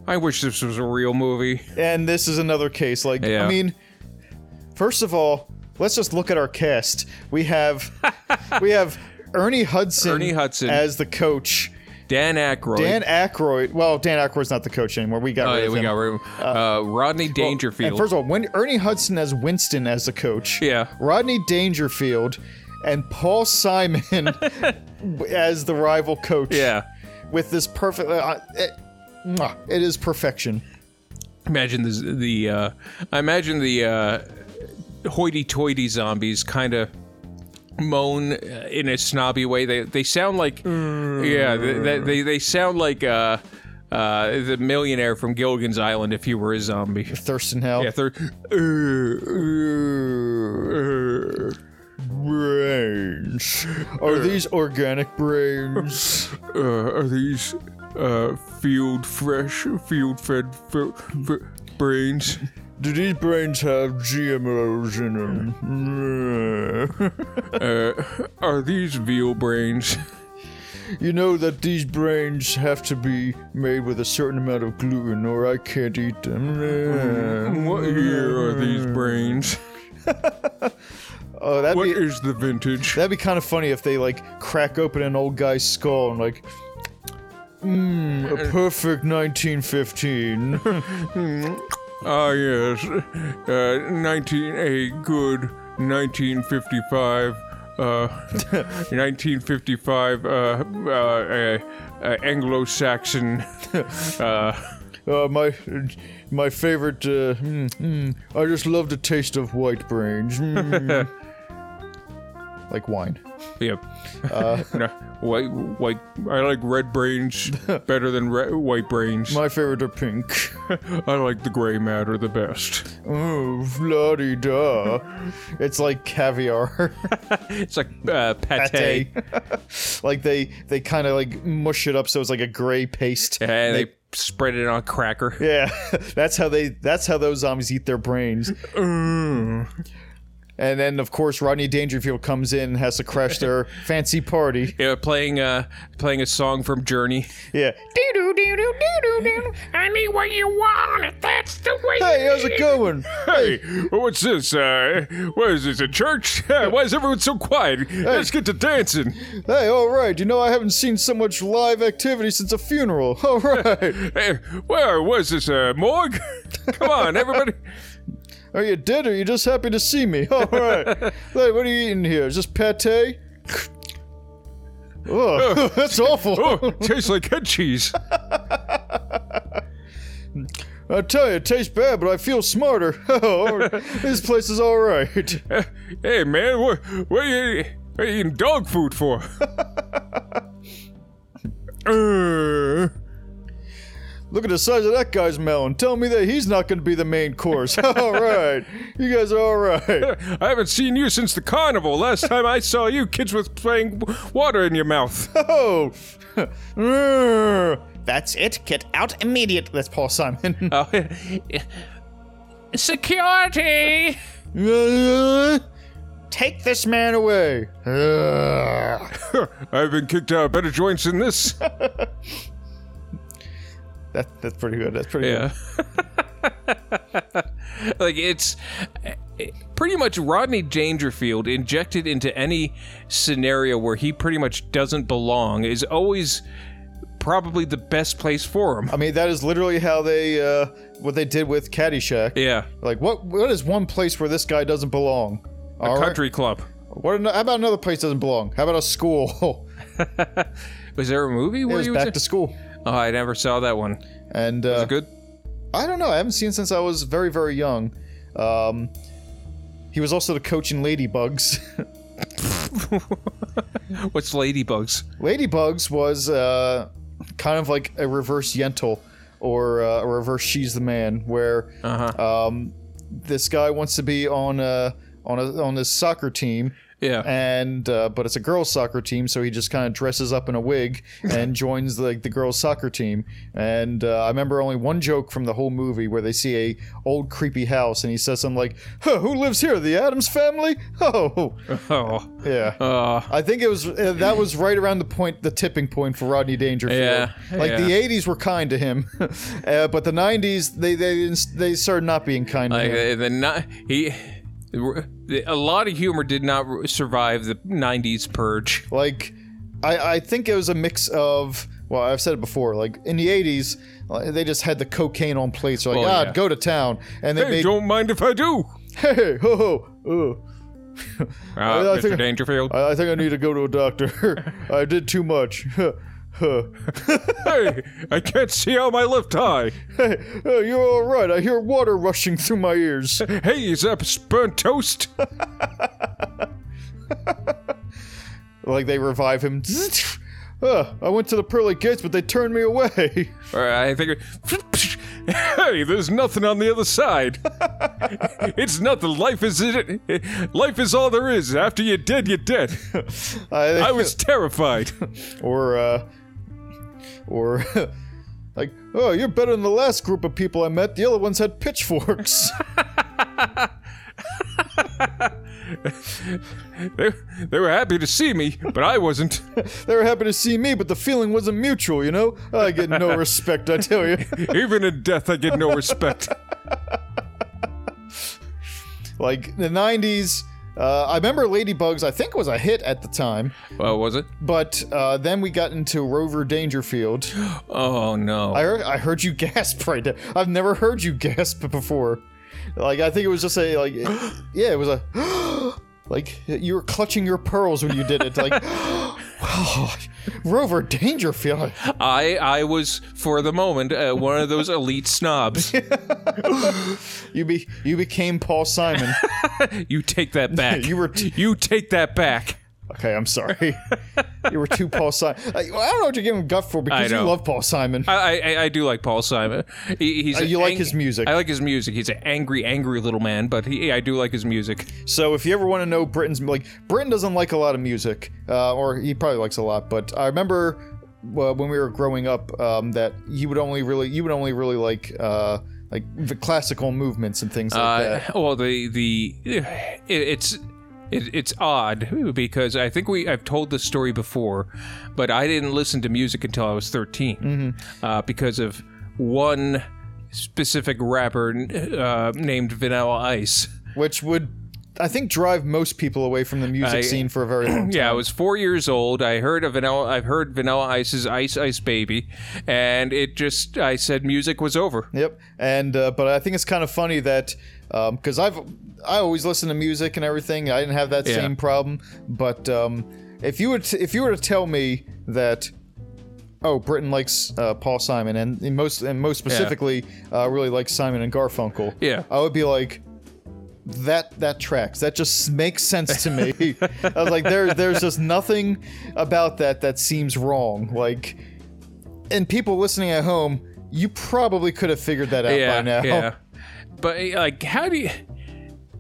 [SPEAKER 2] "I wish this was a real movie."
[SPEAKER 1] and this is another case. Like I
[SPEAKER 2] Yeah.
[SPEAKER 1] mean, first of all, let's just look at our cast. We have we have Ernie Hudson,
[SPEAKER 2] Ernie Hudson.
[SPEAKER 1] as the coach.
[SPEAKER 2] Dan Aykroyd.
[SPEAKER 1] Dan Aykroyd. Well, Dan Aykroyd's not the coach anymore. We got
[SPEAKER 2] Oh,
[SPEAKER 1] rid
[SPEAKER 2] yeah,
[SPEAKER 1] of
[SPEAKER 2] we
[SPEAKER 1] him.
[SPEAKER 2] got rid of him. Uh, Rodney Dangerfield.
[SPEAKER 1] And first of all, when Ernie Hudson as Winston as the coach,
[SPEAKER 2] Yeah.
[SPEAKER 1] Rodney Dangerfield, and Paul Simon as the rival coach,
[SPEAKER 2] yeah.
[SPEAKER 1] with this perfect. Uh, it, mwah, it is perfection.
[SPEAKER 2] Imagine this, the. Uh, I imagine the uh, hoity-toity zombies kind of moan uh, in a snobby way. They they sound like. Yeah, they, they they sound like. Uh, uh, the millionaire from Gilligan's Island, if you were a zombie.
[SPEAKER 1] Thurston Hell.
[SPEAKER 2] Yeah, they're, uh,
[SPEAKER 1] Brains. Are these organic brains?
[SPEAKER 2] uh, are these uh, field fresh, field fed brains?
[SPEAKER 1] do these brains have GMOs in them?
[SPEAKER 2] Uh, are these veal brains?
[SPEAKER 1] you know that these brains have to be made with a certain amount of gluten, or I can't eat them.
[SPEAKER 2] What year are these brains?
[SPEAKER 1] oh, that'd
[SPEAKER 2] What
[SPEAKER 1] be
[SPEAKER 2] is the vintage?
[SPEAKER 1] that'd be kind of funny if they like crack open an old guy's skull and like. Mmm, a perfect 1915.
[SPEAKER 2] Ah, yes. Uh, 19, a good 1955. Uh, 1955 uh, uh, uh, uh, Anglo-Saxon. Uh,
[SPEAKER 1] Uh, my my favorite. Uh, mm, mm, I just love the taste of white brains. Mm. like wine.
[SPEAKER 2] yeah.
[SPEAKER 1] Uh,
[SPEAKER 2] No, white, white. I like red brains better than re- white brains.
[SPEAKER 1] My favorite are pink.
[SPEAKER 2] I like the gray matter the best.
[SPEAKER 1] Oh, bloody da. It's like caviar.
[SPEAKER 2] It's like uh, pate.
[SPEAKER 1] Pate. like they they kind of like mush it up so it's like a gray paste.
[SPEAKER 2] And they spread it on a cracker.
[SPEAKER 1] Yeah, that's how they. That's how those zombies eat their brains. And then, of course, Rodney Dangerfield comes in and has to crash their fancy party.
[SPEAKER 2] Yeah, playing uh, playing a song from Journey.
[SPEAKER 1] Yeah.
[SPEAKER 2] Any way you want it, that's the way.
[SPEAKER 1] Hey, how's it going?
[SPEAKER 2] Hey, what's this? Uh, what is this? A church? Yeah, why is everyone so quiet? Let's get to dancing.
[SPEAKER 1] Hey, all right. You know, I haven't seen so much live activity since a funeral. All right.
[SPEAKER 2] Hey, where was this? A morgue? Come on, everybody.
[SPEAKER 1] Are you dead or are you just happy to see me? All right. hey, what are you eating here? Is this pate? Oh, that's awful.
[SPEAKER 2] Oh, tastes like head cheese.
[SPEAKER 1] I tell you, it tastes bad, but I feel smarter. Oh, this place is all right.
[SPEAKER 2] Hey, man, what, what, are you, what are you eating dog food for? Uh,
[SPEAKER 1] Look at the size of that guy's melon. Tell me that he's not going to be the main course. All right. You guys are all right.
[SPEAKER 2] I haven't seen you since the carnival. Last time I saw you, kids was playing water in your mouth.
[SPEAKER 1] Oh. Mm. That's it. Get out immediate. That's Paul Simon.
[SPEAKER 2] Uh. Security!
[SPEAKER 1] Take this man away. Ugh.
[SPEAKER 2] I've been kicked out of better joints than this.
[SPEAKER 1] That, that's pretty good. That's pretty good.
[SPEAKER 2] like, it's eh, pretty much Rodney Dangerfield injected into any scenario where he pretty much doesn't belong is always probably the best place for him.
[SPEAKER 1] I mean, that is literally how they uh, what they did with Caddyshack.
[SPEAKER 2] Yeah.
[SPEAKER 1] Like, what what is one place where this guy doesn't belong? All right.
[SPEAKER 2] Country club.
[SPEAKER 1] What ano- how about another place doesn't belong? How about a school?
[SPEAKER 2] Was there a movie
[SPEAKER 1] it
[SPEAKER 2] where
[SPEAKER 1] was
[SPEAKER 2] he was?
[SPEAKER 1] back
[SPEAKER 2] in-
[SPEAKER 1] to school.
[SPEAKER 2] oh, I never saw that one.
[SPEAKER 1] And uh,
[SPEAKER 2] Good.
[SPEAKER 1] I don't know. I haven't seen it since I was very very young. Um, he was also the coach in Ladybugs.
[SPEAKER 2] What's Ladybugs?
[SPEAKER 1] Ladybugs was uh, kind of like a reverse Yentl or uh, a reverse She's the Man, where um, this guy wants to be on a on a on this soccer team.
[SPEAKER 2] Yeah.
[SPEAKER 1] And uh, but it's a girls' soccer team, so he just kind of dresses up in a wig and joins like the girls' soccer team. And uh, I remember only one joke from the whole movie where they see a old creepy house, and he says something like, huh, "Who lives here? The Adams family?" Oh,
[SPEAKER 2] oh.
[SPEAKER 1] yeah.
[SPEAKER 2] Uh,
[SPEAKER 1] I think it was uh, that was right around the point, the tipping point for Rodney Dangerfield.
[SPEAKER 2] Yeah,
[SPEAKER 1] like
[SPEAKER 2] yeah.
[SPEAKER 1] the '80s were kind to him, uh, but the '90s they they didn't, they started not being kind to
[SPEAKER 2] Like,
[SPEAKER 1] him.
[SPEAKER 2] uh, the ni- he, the- a lot of humor did not r- survive the '90s purge.
[SPEAKER 1] Like, I I think it was a mix of well, I've said it before. Like in the '80s, like, they just had the cocaine on plates. They're like,
[SPEAKER 2] Oh,
[SPEAKER 1] ah,
[SPEAKER 2] yeah.
[SPEAKER 1] go to town, and they
[SPEAKER 2] Hey,
[SPEAKER 1] made
[SPEAKER 2] don't mind if I do.
[SPEAKER 1] hey ho ho. Oh,
[SPEAKER 2] Uh,
[SPEAKER 1] I
[SPEAKER 2] Mr.
[SPEAKER 1] think-
[SPEAKER 2] Dangerfield.
[SPEAKER 1] I, I think I need to go to a doctor. I did too much. Huh.
[SPEAKER 2] hey, I can't see out my left eye.
[SPEAKER 1] hey, uh, you're all right. I hear water rushing through my ears.
[SPEAKER 2] Hey, is that burnt toast?
[SPEAKER 1] Like they revive him. Ugh, I went to the pearly gates, but they turned me away.
[SPEAKER 2] or I think. Hey, there's nothing on the other side. it's nothing. Life is it. Life is all there is. After you're dead, you're dead.
[SPEAKER 1] I,
[SPEAKER 2] I was terrified.
[SPEAKER 1] or uh, or Like, oh, you're better than the last group of people I met. The other ones had pitchforks.
[SPEAKER 2] They, they were happy to see me, but I wasn't.
[SPEAKER 1] they were happy to see me, but the feeling wasn't mutual, you know? I get no respect, I tell you.
[SPEAKER 2] Even in death, I get no respect.
[SPEAKER 1] Like, the 90s, uh, I remember Ladybugs, I think, was a hit at the time,
[SPEAKER 2] Well, was it?
[SPEAKER 1] but uh, then we got into Rover Dangerfield.
[SPEAKER 2] Oh no!
[SPEAKER 1] I heard, I heard you gasp right there. I've never heard you gasp before. Like I think it was just a like, yeah, it was a like you were clutching your pearls when you did it. Like, wow, Rover Dangerfield.
[SPEAKER 2] I I was for the moment uh, one of those elite snobs.
[SPEAKER 1] You be you became Paul Simon.
[SPEAKER 2] You take that back.
[SPEAKER 1] You were t-
[SPEAKER 2] you take that back.
[SPEAKER 1] Okay, I'm sorry. You were too Paul Simon. I, I don't know what you're giving gut for because you
[SPEAKER 2] know.
[SPEAKER 1] love Paul Simon.
[SPEAKER 2] I, I, I do like Paul Simon. He, he's
[SPEAKER 1] Uh, you like his music.
[SPEAKER 2] I like his music. He's an angry, angry little man, but he, I do like his music.
[SPEAKER 1] So if you ever want to know Britain's like Britain doesn't like a lot of music, uh, or he probably likes a lot, but I remember uh, when we were growing up um, that you would only really you would only really like uh, like the classical movements and things like
[SPEAKER 2] Uh,
[SPEAKER 1] that.
[SPEAKER 2] well, the the it, it's. It, it's odd because I think we I've told this story before, but I didn't listen to music until I was 13
[SPEAKER 1] Mm-hmm.
[SPEAKER 2] uh, because of one specific rapper uh, named Vanilla Ice.
[SPEAKER 1] Which would I think drive most people away from the music
[SPEAKER 2] I-
[SPEAKER 1] scene for a very long time.
[SPEAKER 2] Yeah, I was four years old. I heard of vanilla. I've heard Vanilla Ice's "Ice Ice Baby," and it just I said music was over.
[SPEAKER 1] Yep. And uh, but I think it's kind of funny that because I've I always listen to music and everything. I didn't have that
[SPEAKER 2] Yeah.
[SPEAKER 1] same problem. But um, if you would if you were to tell me that. Oh, Britain likes uh, Paul Simon, and and most and most specifically, uh, really likes Simon and Garfunkel.
[SPEAKER 2] Yeah.
[SPEAKER 1] I would be like, that that tracks. That just makes sense to me. I was like, there, there's just nothing about that that seems wrong. Like, and people listening at home, you probably could have figured that out
[SPEAKER 2] Yeah,
[SPEAKER 1] by now.
[SPEAKER 2] yeah. But eh, like, how do you?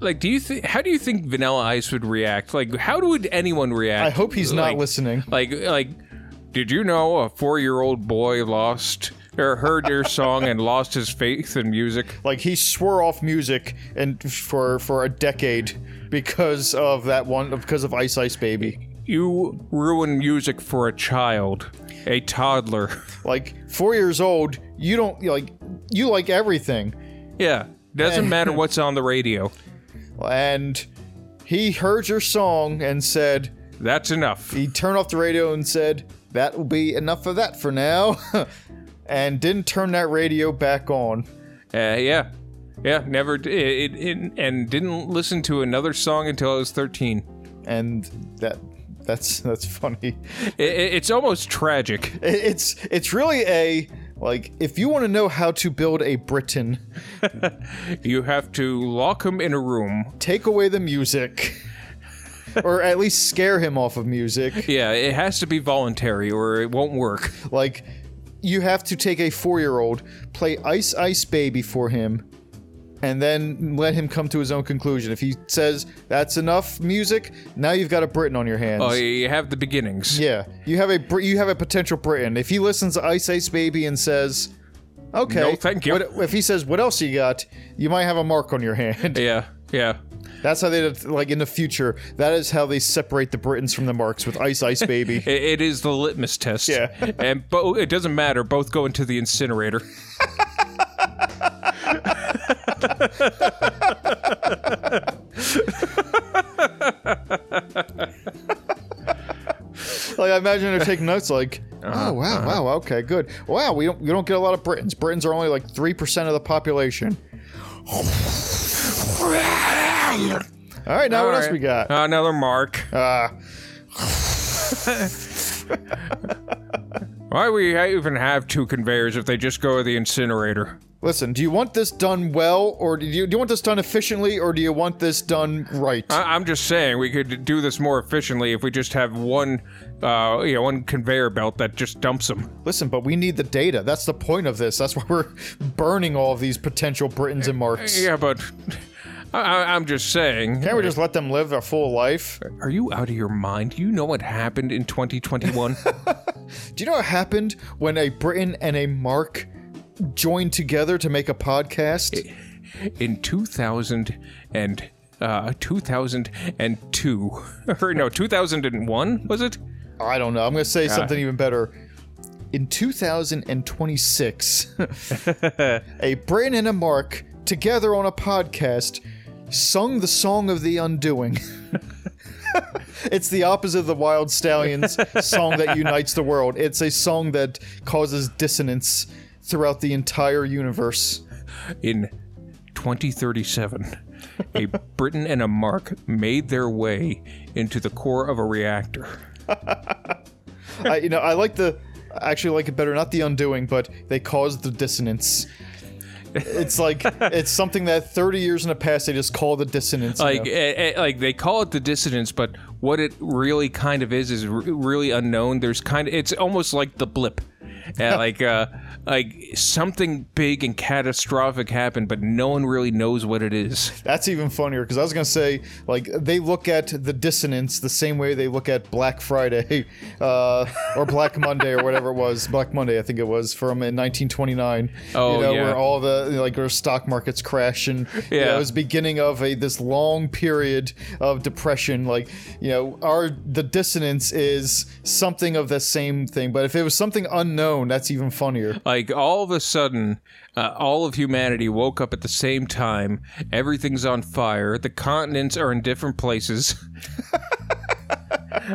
[SPEAKER 2] Like, do you think? How do you think Vanilla Ice would react? Like, how would anyone react?
[SPEAKER 1] I hope he's not
[SPEAKER 2] Like-
[SPEAKER 1] listening.
[SPEAKER 2] Like, like, did you know a four-year-old boy lost or heard your song and lost his faith in music?
[SPEAKER 1] Like he swore off music and for for a decade because of that one because of Ice Ice Baby.
[SPEAKER 2] You ruin music for a child, a toddler.
[SPEAKER 1] Like four years old, you don't like you like everything.
[SPEAKER 2] Yeah.
[SPEAKER 1] Eh.
[SPEAKER 2] Doesn't matter what's on the radio.
[SPEAKER 1] And he heard your song and said
[SPEAKER 2] That's enough. Uh,
[SPEAKER 1] he turned off the radio and said, That will be enough of that for now and didn't turn that radio back on.
[SPEAKER 2] Uh, yeah. Yeah, never d- it, it, it and didn't listen to another song until I was 13.
[SPEAKER 1] And that that's that's funny.
[SPEAKER 2] It, it- it's almost tragic.
[SPEAKER 1] It- it's it's really a like if you want to know how to build a Britain,
[SPEAKER 2] You have to lock him in a room.
[SPEAKER 1] take away the music, or at least scare him off of music.
[SPEAKER 2] Yeah, it has to be voluntary or it won't work.
[SPEAKER 1] Like you have to take a four-year-old, play Ice Ice Baby for him, and then let him come to his own conclusion. If he says that's enough music, now you've got a Britain on your hands.
[SPEAKER 2] Oh, you have the beginnings.
[SPEAKER 1] yeah, you have a Brit- you have a potential Britain. If he listens to Ice Ice Baby and says. Okay.
[SPEAKER 2] No, thank you."
[SPEAKER 1] What, if he says, "What else you got?" You might have a mark on your hand.
[SPEAKER 2] Yeah. Yeah.
[SPEAKER 1] That's how they like in the future. That is how they separate the Britons from the Marks with Ice Ice Baby.
[SPEAKER 2] It, it is the litmus test.
[SPEAKER 1] Yeah.
[SPEAKER 2] and bo- it doesn't matter. Both go into the incinerator.
[SPEAKER 1] like I imagine they're taking notes. Like,
[SPEAKER 2] Uh-huh,
[SPEAKER 1] oh wow, wow, okay, good. Wow, we don't we don't get a lot of Britons. Britons are only like three percent of the population. All right, now what else we got?
[SPEAKER 2] Another mark.
[SPEAKER 1] Uh,
[SPEAKER 2] Why we ha- even have two conveyors if they just go to the incinerator?
[SPEAKER 1] listen, do you want this done well, or do you do you want this done efficiently, or do you want this done right?
[SPEAKER 2] I- I'm just saying we could do this more efficiently if we just have one, uh, you know, one conveyor belt that just dumps them.
[SPEAKER 1] listen, but we need the data. That's the point of this. That's why we're burning all of these potential Britons and Marks.
[SPEAKER 2] Yeah, but I- I- I'm just saying.
[SPEAKER 1] Can't we just let them live a full life?
[SPEAKER 2] Are you out of your mind? You know what happened in 2021?
[SPEAKER 1] Do you know what happened when a Briton and a Mark joined together to make a podcast?
[SPEAKER 2] in 2000 and uh, 2002 or no 2001 was it
[SPEAKER 1] I don't know. I'm going to say something even better. In 2026, a Briton and a Mark together on a podcast sung the song of the undoing. it's the opposite of the Wild Stallions song that unites the world. It's a song that causes dissonance throughout the entire universe.
[SPEAKER 2] in 2037 a briton and a mark made their way into the core of a reactor
[SPEAKER 1] I, you know, I like the. I actually like it better. Not the undoing, but they caused the dissonance. It's like it's something that 30 years in the past they just call the dissonance. you
[SPEAKER 2] like
[SPEAKER 1] know?
[SPEAKER 2] eh, eh, like they call it the dissonance but what it really kind of is is r- really unknown there's kind of it's almost like the blip Eh, like uh like something big and catastrophic happened but no one really knows what it is
[SPEAKER 1] That's even funnier because I was gonna say like they look at the dissonance the same way they look at Black Friday uh, or Black Monday or whatever it was. Black Monday, I think it was from in 1929.
[SPEAKER 2] Oh,
[SPEAKER 1] you know,
[SPEAKER 2] yeah.
[SPEAKER 1] where all the like where stock markets crash and you know,
[SPEAKER 2] Yeah.
[SPEAKER 1] it was beginning of a this long period of depression. Like you know, our the dissonance is something of the same thing, but if it was something unknown, that's even funnier.
[SPEAKER 2] like all of a sudden uh, all of humanity woke up at the same time everything's on fire the continents are in different places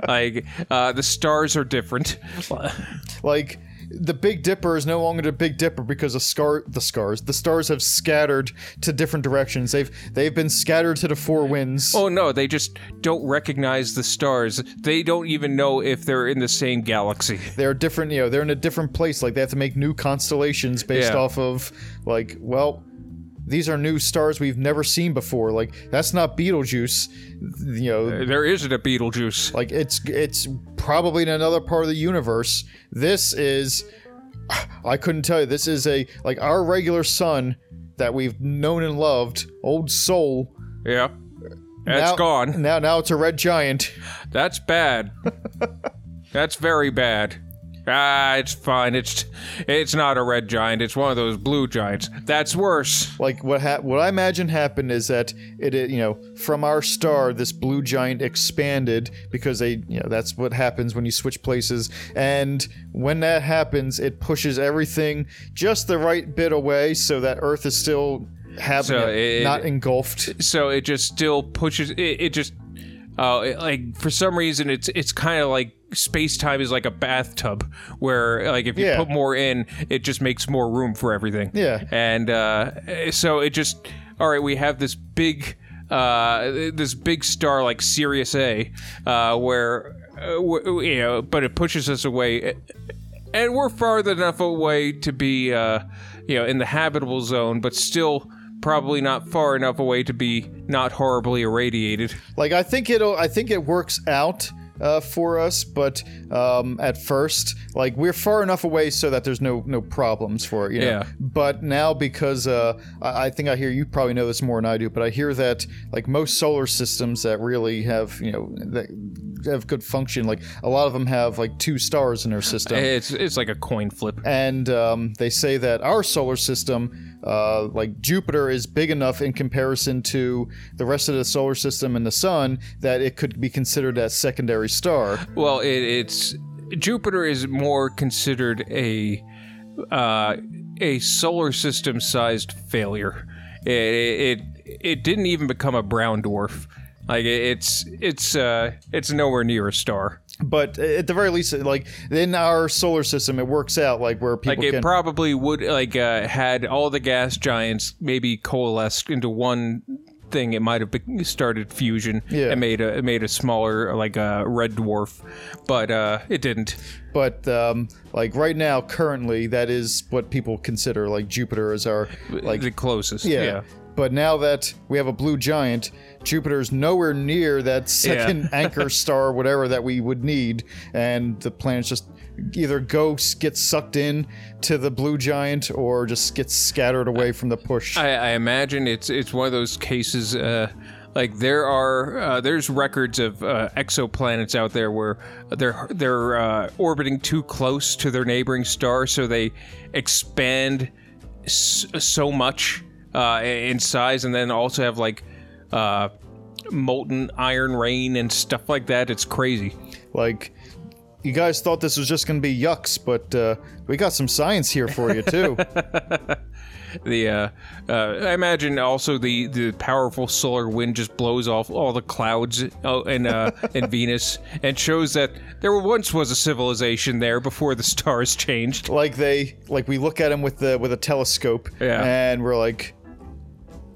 [SPEAKER 2] like uh, the stars are different
[SPEAKER 1] Like the Big Dipper is no longer the Big Dipper because the scar the scars the stars have scattered to different directions. They've they've been scattered to the four winds.
[SPEAKER 2] oh no they just don't recognize the stars they don't even know if they're in the same galaxy
[SPEAKER 1] They're different, you know, they're in a different place. Like they have to make new constellations based
[SPEAKER 2] Yeah.
[SPEAKER 1] off of like, well, these are new stars we've never seen before. Like that's not Beetlejuice, you know.
[SPEAKER 2] there isn't a beetlejuice
[SPEAKER 1] Like it's it's probably in another part of the universe. This is I couldn't tell you. This is a like our regular sun that we've known and loved, old soul
[SPEAKER 2] yeah that's
[SPEAKER 1] now,
[SPEAKER 2] gone
[SPEAKER 1] Now, now it's a red giant.
[SPEAKER 2] that's bad that's very bad ah it's fine it's it's not a red giant it's one of those blue giants that's worse
[SPEAKER 1] Like what ha- what I imagine happened is that it, it, you know, from our star, this blue giant expanded because they, you know, that's what happens when you switch places. And when that happens, it pushes everything just the right bit away so that Earth is still have
[SPEAKER 2] So it-
[SPEAKER 1] not engulfed.
[SPEAKER 2] so it just still pushes it, it just uh, it- like for some reason it's it's kind of like space time is like a bathtub where like if you
[SPEAKER 1] Yeah.
[SPEAKER 2] put more in it just makes more room for everything
[SPEAKER 1] Yeah.
[SPEAKER 2] and uh, so it just all right we have this big uh, this big star like Sirius A uh, where uh, w- you know but it pushes us away and we're far enough away to be uh, you know in the habitable zone but still probably not far enough away to be not horribly irradiated
[SPEAKER 1] Like I think it'll, I think it works out. Uh, for us, but um, at first, like we're far enough away so that there's no no problems for it. You know?
[SPEAKER 2] Yeah.
[SPEAKER 1] But now, because uh, I, I think I hear you probably know this more than I do, but I hear that like most solar systems that really have you know that have good function, like a lot of them have like two stars in their system
[SPEAKER 2] it's it's like a coin flip
[SPEAKER 1] and um, they say that our solar system, uh, like Jupiter, is big enough in comparison to the rest of the solar system and the sun that it could be considered a secondary star.
[SPEAKER 2] well it, it's Jupiter is more considered a uh, a solar system sized failure it, it it didn't even become a brown dwarf like it, it's it's uh, it's nowhere near a star
[SPEAKER 1] But uh, at the very least, like in our solar system, it works out like where people
[SPEAKER 2] Like it
[SPEAKER 1] can.
[SPEAKER 2] probably would like uh, had all the gas giants maybe coalesced into one thing. It might have be- started fusion
[SPEAKER 1] Yeah.
[SPEAKER 2] and made a it made a smaller like a red dwarf, but uh, it didn't.
[SPEAKER 1] but um, like right now, currently, that is what people consider like Jupiter as our like
[SPEAKER 2] the closest,
[SPEAKER 1] Yeah.
[SPEAKER 2] yeah.
[SPEAKER 1] But now that we have a blue giant, Jupiter's nowhere near that second anchor star, whatever that we would need, and the planets just either go s- get sucked in to the blue giant or just get scattered away from the push.
[SPEAKER 2] I, I imagine it's it's one of those cases uh, Like there are uh, there's records of uh, exoplanets out there where they're they're uh, orbiting too close to their neighboring star, so they expand s- so much uh, in size, and then also have like uh, molten iron rain and stuff like that. It's crazy.
[SPEAKER 1] Like, you guys thought this was just going to be yucks, but uh, we got some science here for you too.
[SPEAKER 2] the uh, uh, I imagine also the the powerful solar wind just blows off all the clouds oh, in uh, in Venus and shows that there once was a civilization there before the stars changed.
[SPEAKER 1] like they, like we look at them with the with a telescope,
[SPEAKER 2] Yeah.
[SPEAKER 1] and we're like,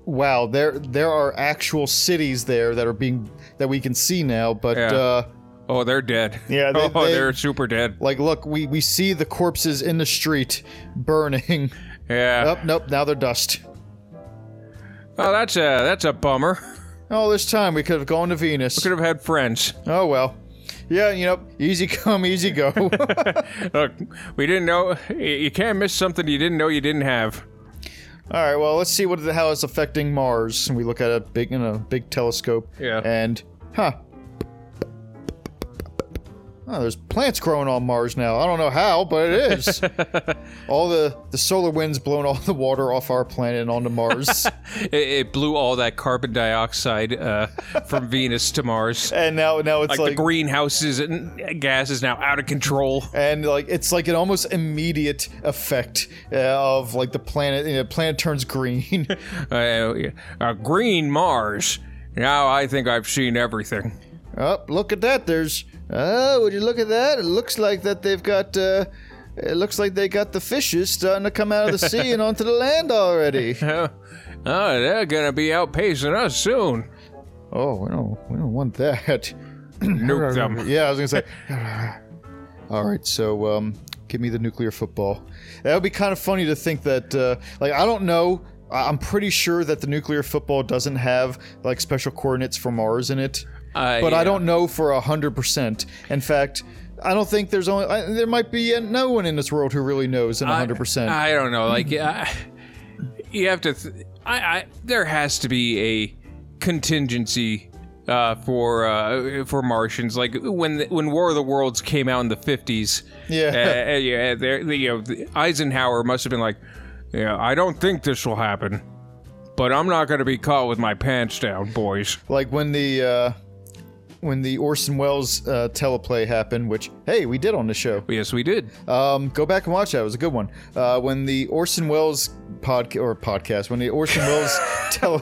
[SPEAKER 1] wow, there there are actual cities there that are being that we can see now, but.
[SPEAKER 2] Yeah.
[SPEAKER 1] Uh,
[SPEAKER 2] Oh, they're dead.
[SPEAKER 1] Yeah, they-
[SPEAKER 2] oh,
[SPEAKER 1] they-
[SPEAKER 2] are super dead.
[SPEAKER 1] like, look, we, we see the corpses in the street burning.
[SPEAKER 2] Yeah.
[SPEAKER 1] Nope, nope, now they're dust.
[SPEAKER 2] Oh, that's a that's a bummer.
[SPEAKER 1] Oh, this time we could have gone to Venus.
[SPEAKER 2] Could have had friends.
[SPEAKER 1] Oh well. Yeah, you know, easy come, easy go.
[SPEAKER 2] Look, we didn't know. y- You can't miss something you didn't know you didn't have.
[SPEAKER 1] All right, well, let's see what the hell is affecting Mars. And we look at a big in a big telescope.
[SPEAKER 2] Yeah.
[SPEAKER 1] And huh. Oh, there's plants growing on Mars now. I don't know how, but it is. all the the solar winds blown all the water off our planet and onto Mars,
[SPEAKER 2] It, it blew all that carbon dioxide uh, from Venus to Mars.
[SPEAKER 1] and now now it's like,
[SPEAKER 2] like the greenhouses and gas is now out of control.
[SPEAKER 1] and like it's like an almost immediate effect uh, of like the planet. You know, planet turns green.
[SPEAKER 2] uh, uh, green Mars. Now I think I've seen everything.
[SPEAKER 1] Oh, look at that. There's. Oh, would you look at that? It looks like that they've got. Uh, it looks like they got the fishes starting to come out of the sea and onto the land already.
[SPEAKER 2] Uh, oh, they're gonna be outpacing us soon.
[SPEAKER 1] Oh, we don't. We don't want that.
[SPEAKER 2] Nuke them.
[SPEAKER 1] Yeah, I was gonna say. All right, so um, give me the nuclear football. That would be kind of funny to think that. Uh, like, I don't know. I- I'm pretty sure that the nuclear football doesn't have like special coordinates for Mars in it.
[SPEAKER 2] Uh,
[SPEAKER 1] but
[SPEAKER 2] yeah.
[SPEAKER 1] I don't know for a hundred percent. In fact, I don't think there's only I, there might be uh, no one in this world who really knows in a hundred percent.
[SPEAKER 2] I don't know. Like, I, you have to. Th- I, I there has to be a contingency uh, for uh, for Martians. Like when the, when War of the Worlds came out in the fifties.
[SPEAKER 1] Yeah.
[SPEAKER 2] Uh, uh, yeah. There, the, you know, the- Eisenhower must have been like, yeah, I don't think this will happen. But I'm not going to be caught with my pants down, boys.
[SPEAKER 1] Like when the uh, when the Orson Welles uh, teleplay happened, which hey, we did on the show.
[SPEAKER 2] Yes, we did.
[SPEAKER 1] Um, go back and watch that; it was a good one. Uh, when the Orson Welles podcast or podcast, when the Orson Welles tele.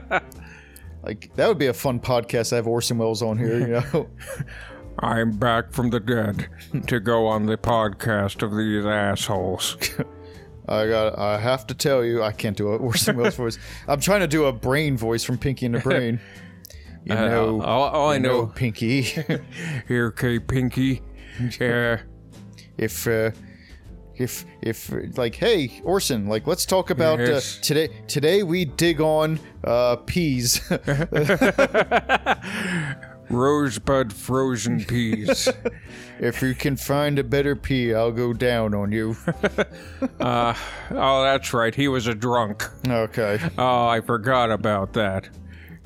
[SPEAKER 1] Like that would be a fun podcast to have Orson Welles on here, you know.
[SPEAKER 2] I'm back from the dead to go on the podcast of these assholes.
[SPEAKER 1] I got. I have to tell you, I can't do a Orson Welles voice. I'm trying to do a brain voice from Pinky and the Brain. You know,
[SPEAKER 2] Uh, all, all I
[SPEAKER 1] you know,
[SPEAKER 2] know
[SPEAKER 1] Pinky.
[SPEAKER 2] Here, K Pinky. eh, Yeah.
[SPEAKER 1] if, uh, if, if, like, hey, Orson, like, let's talk about uh,
[SPEAKER 2] Yes.
[SPEAKER 1] today. Today we dig on uh, peas.
[SPEAKER 2] Rosebud frozen peas.
[SPEAKER 1] if you can find a better pea, I'll go down on you.
[SPEAKER 2] oh, that's right. He was a drunk.
[SPEAKER 1] Okay,
[SPEAKER 2] Oh, I forgot about that.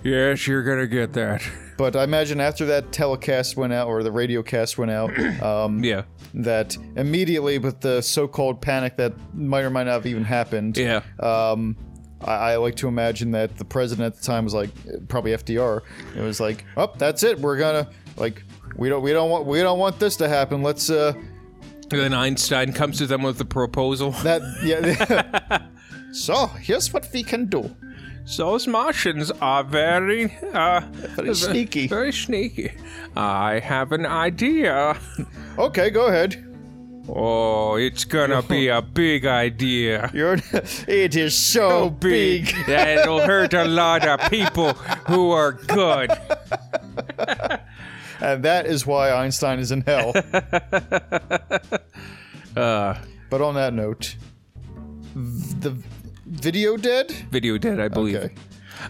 [SPEAKER 2] Yes, you're gonna get that.
[SPEAKER 1] but I imagine after that telecast went out or the radio cast went out, um,
[SPEAKER 2] Yeah.
[SPEAKER 1] that immediately with the so-called panic that might or might not have even happened.
[SPEAKER 2] Yeah.
[SPEAKER 1] um, I, I like to imagine that the president at the time was like probably FDR. It was like, oh, that's it. We're gonna like we don't we don't want we don't want this to happen. Let's uh
[SPEAKER 2] And then Einstein comes to them with the proposal.
[SPEAKER 1] that yeah. so here's what we can do.
[SPEAKER 2] Those Martians are very, uh,
[SPEAKER 1] Very sneaky.
[SPEAKER 2] very sneaky. I have an idea.
[SPEAKER 1] Okay, go ahead.
[SPEAKER 2] Oh, it's gonna be a big idea.
[SPEAKER 1] You're it is so Oh, big.
[SPEAKER 2] that it'll hurt a lot of people who are good.
[SPEAKER 1] and that is why Einstein is in hell. but on that note, v- the video dead.
[SPEAKER 2] Video Dead, I believe.
[SPEAKER 1] Okay.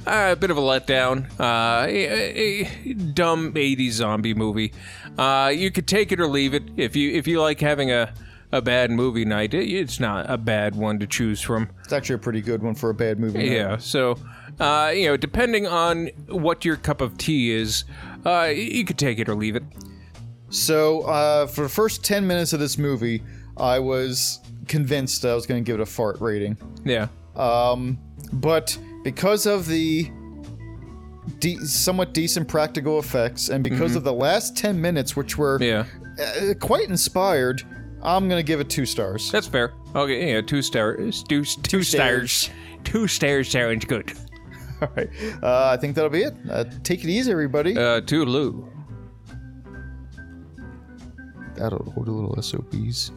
[SPEAKER 2] Uh, a bit of a letdown. Uh, a, a- a dumb '80s zombie movie. Uh, you could take it or leave it. If you if you like having a a bad movie night, it, it's not a bad one to choose from.
[SPEAKER 1] It's actually a pretty good one for a bad movie. night.
[SPEAKER 2] Yeah. So, uh, you know, depending on what your cup of tea is, uh, y- you could take it or leave it.
[SPEAKER 1] So uh, for the first ten minutes of this movie, I was convinced that I was going to give it a fart rating.
[SPEAKER 2] Yeah.
[SPEAKER 1] but because of the de- somewhat decent practical effects and because of the last 10 minutes which were
[SPEAKER 2] Mm-hmm. Yeah.
[SPEAKER 1] uh, quite inspired i'm gonna give it two stars
[SPEAKER 2] That's fair. Okay. Yeah. Two stars. Two, two stars.
[SPEAKER 1] stairs.
[SPEAKER 2] Two stars sounds good.
[SPEAKER 1] all right uh, i think that'll be it uh, take it easy everybody
[SPEAKER 2] Uh, Toodaloo.
[SPEAKER 1] that'll hold a little sobs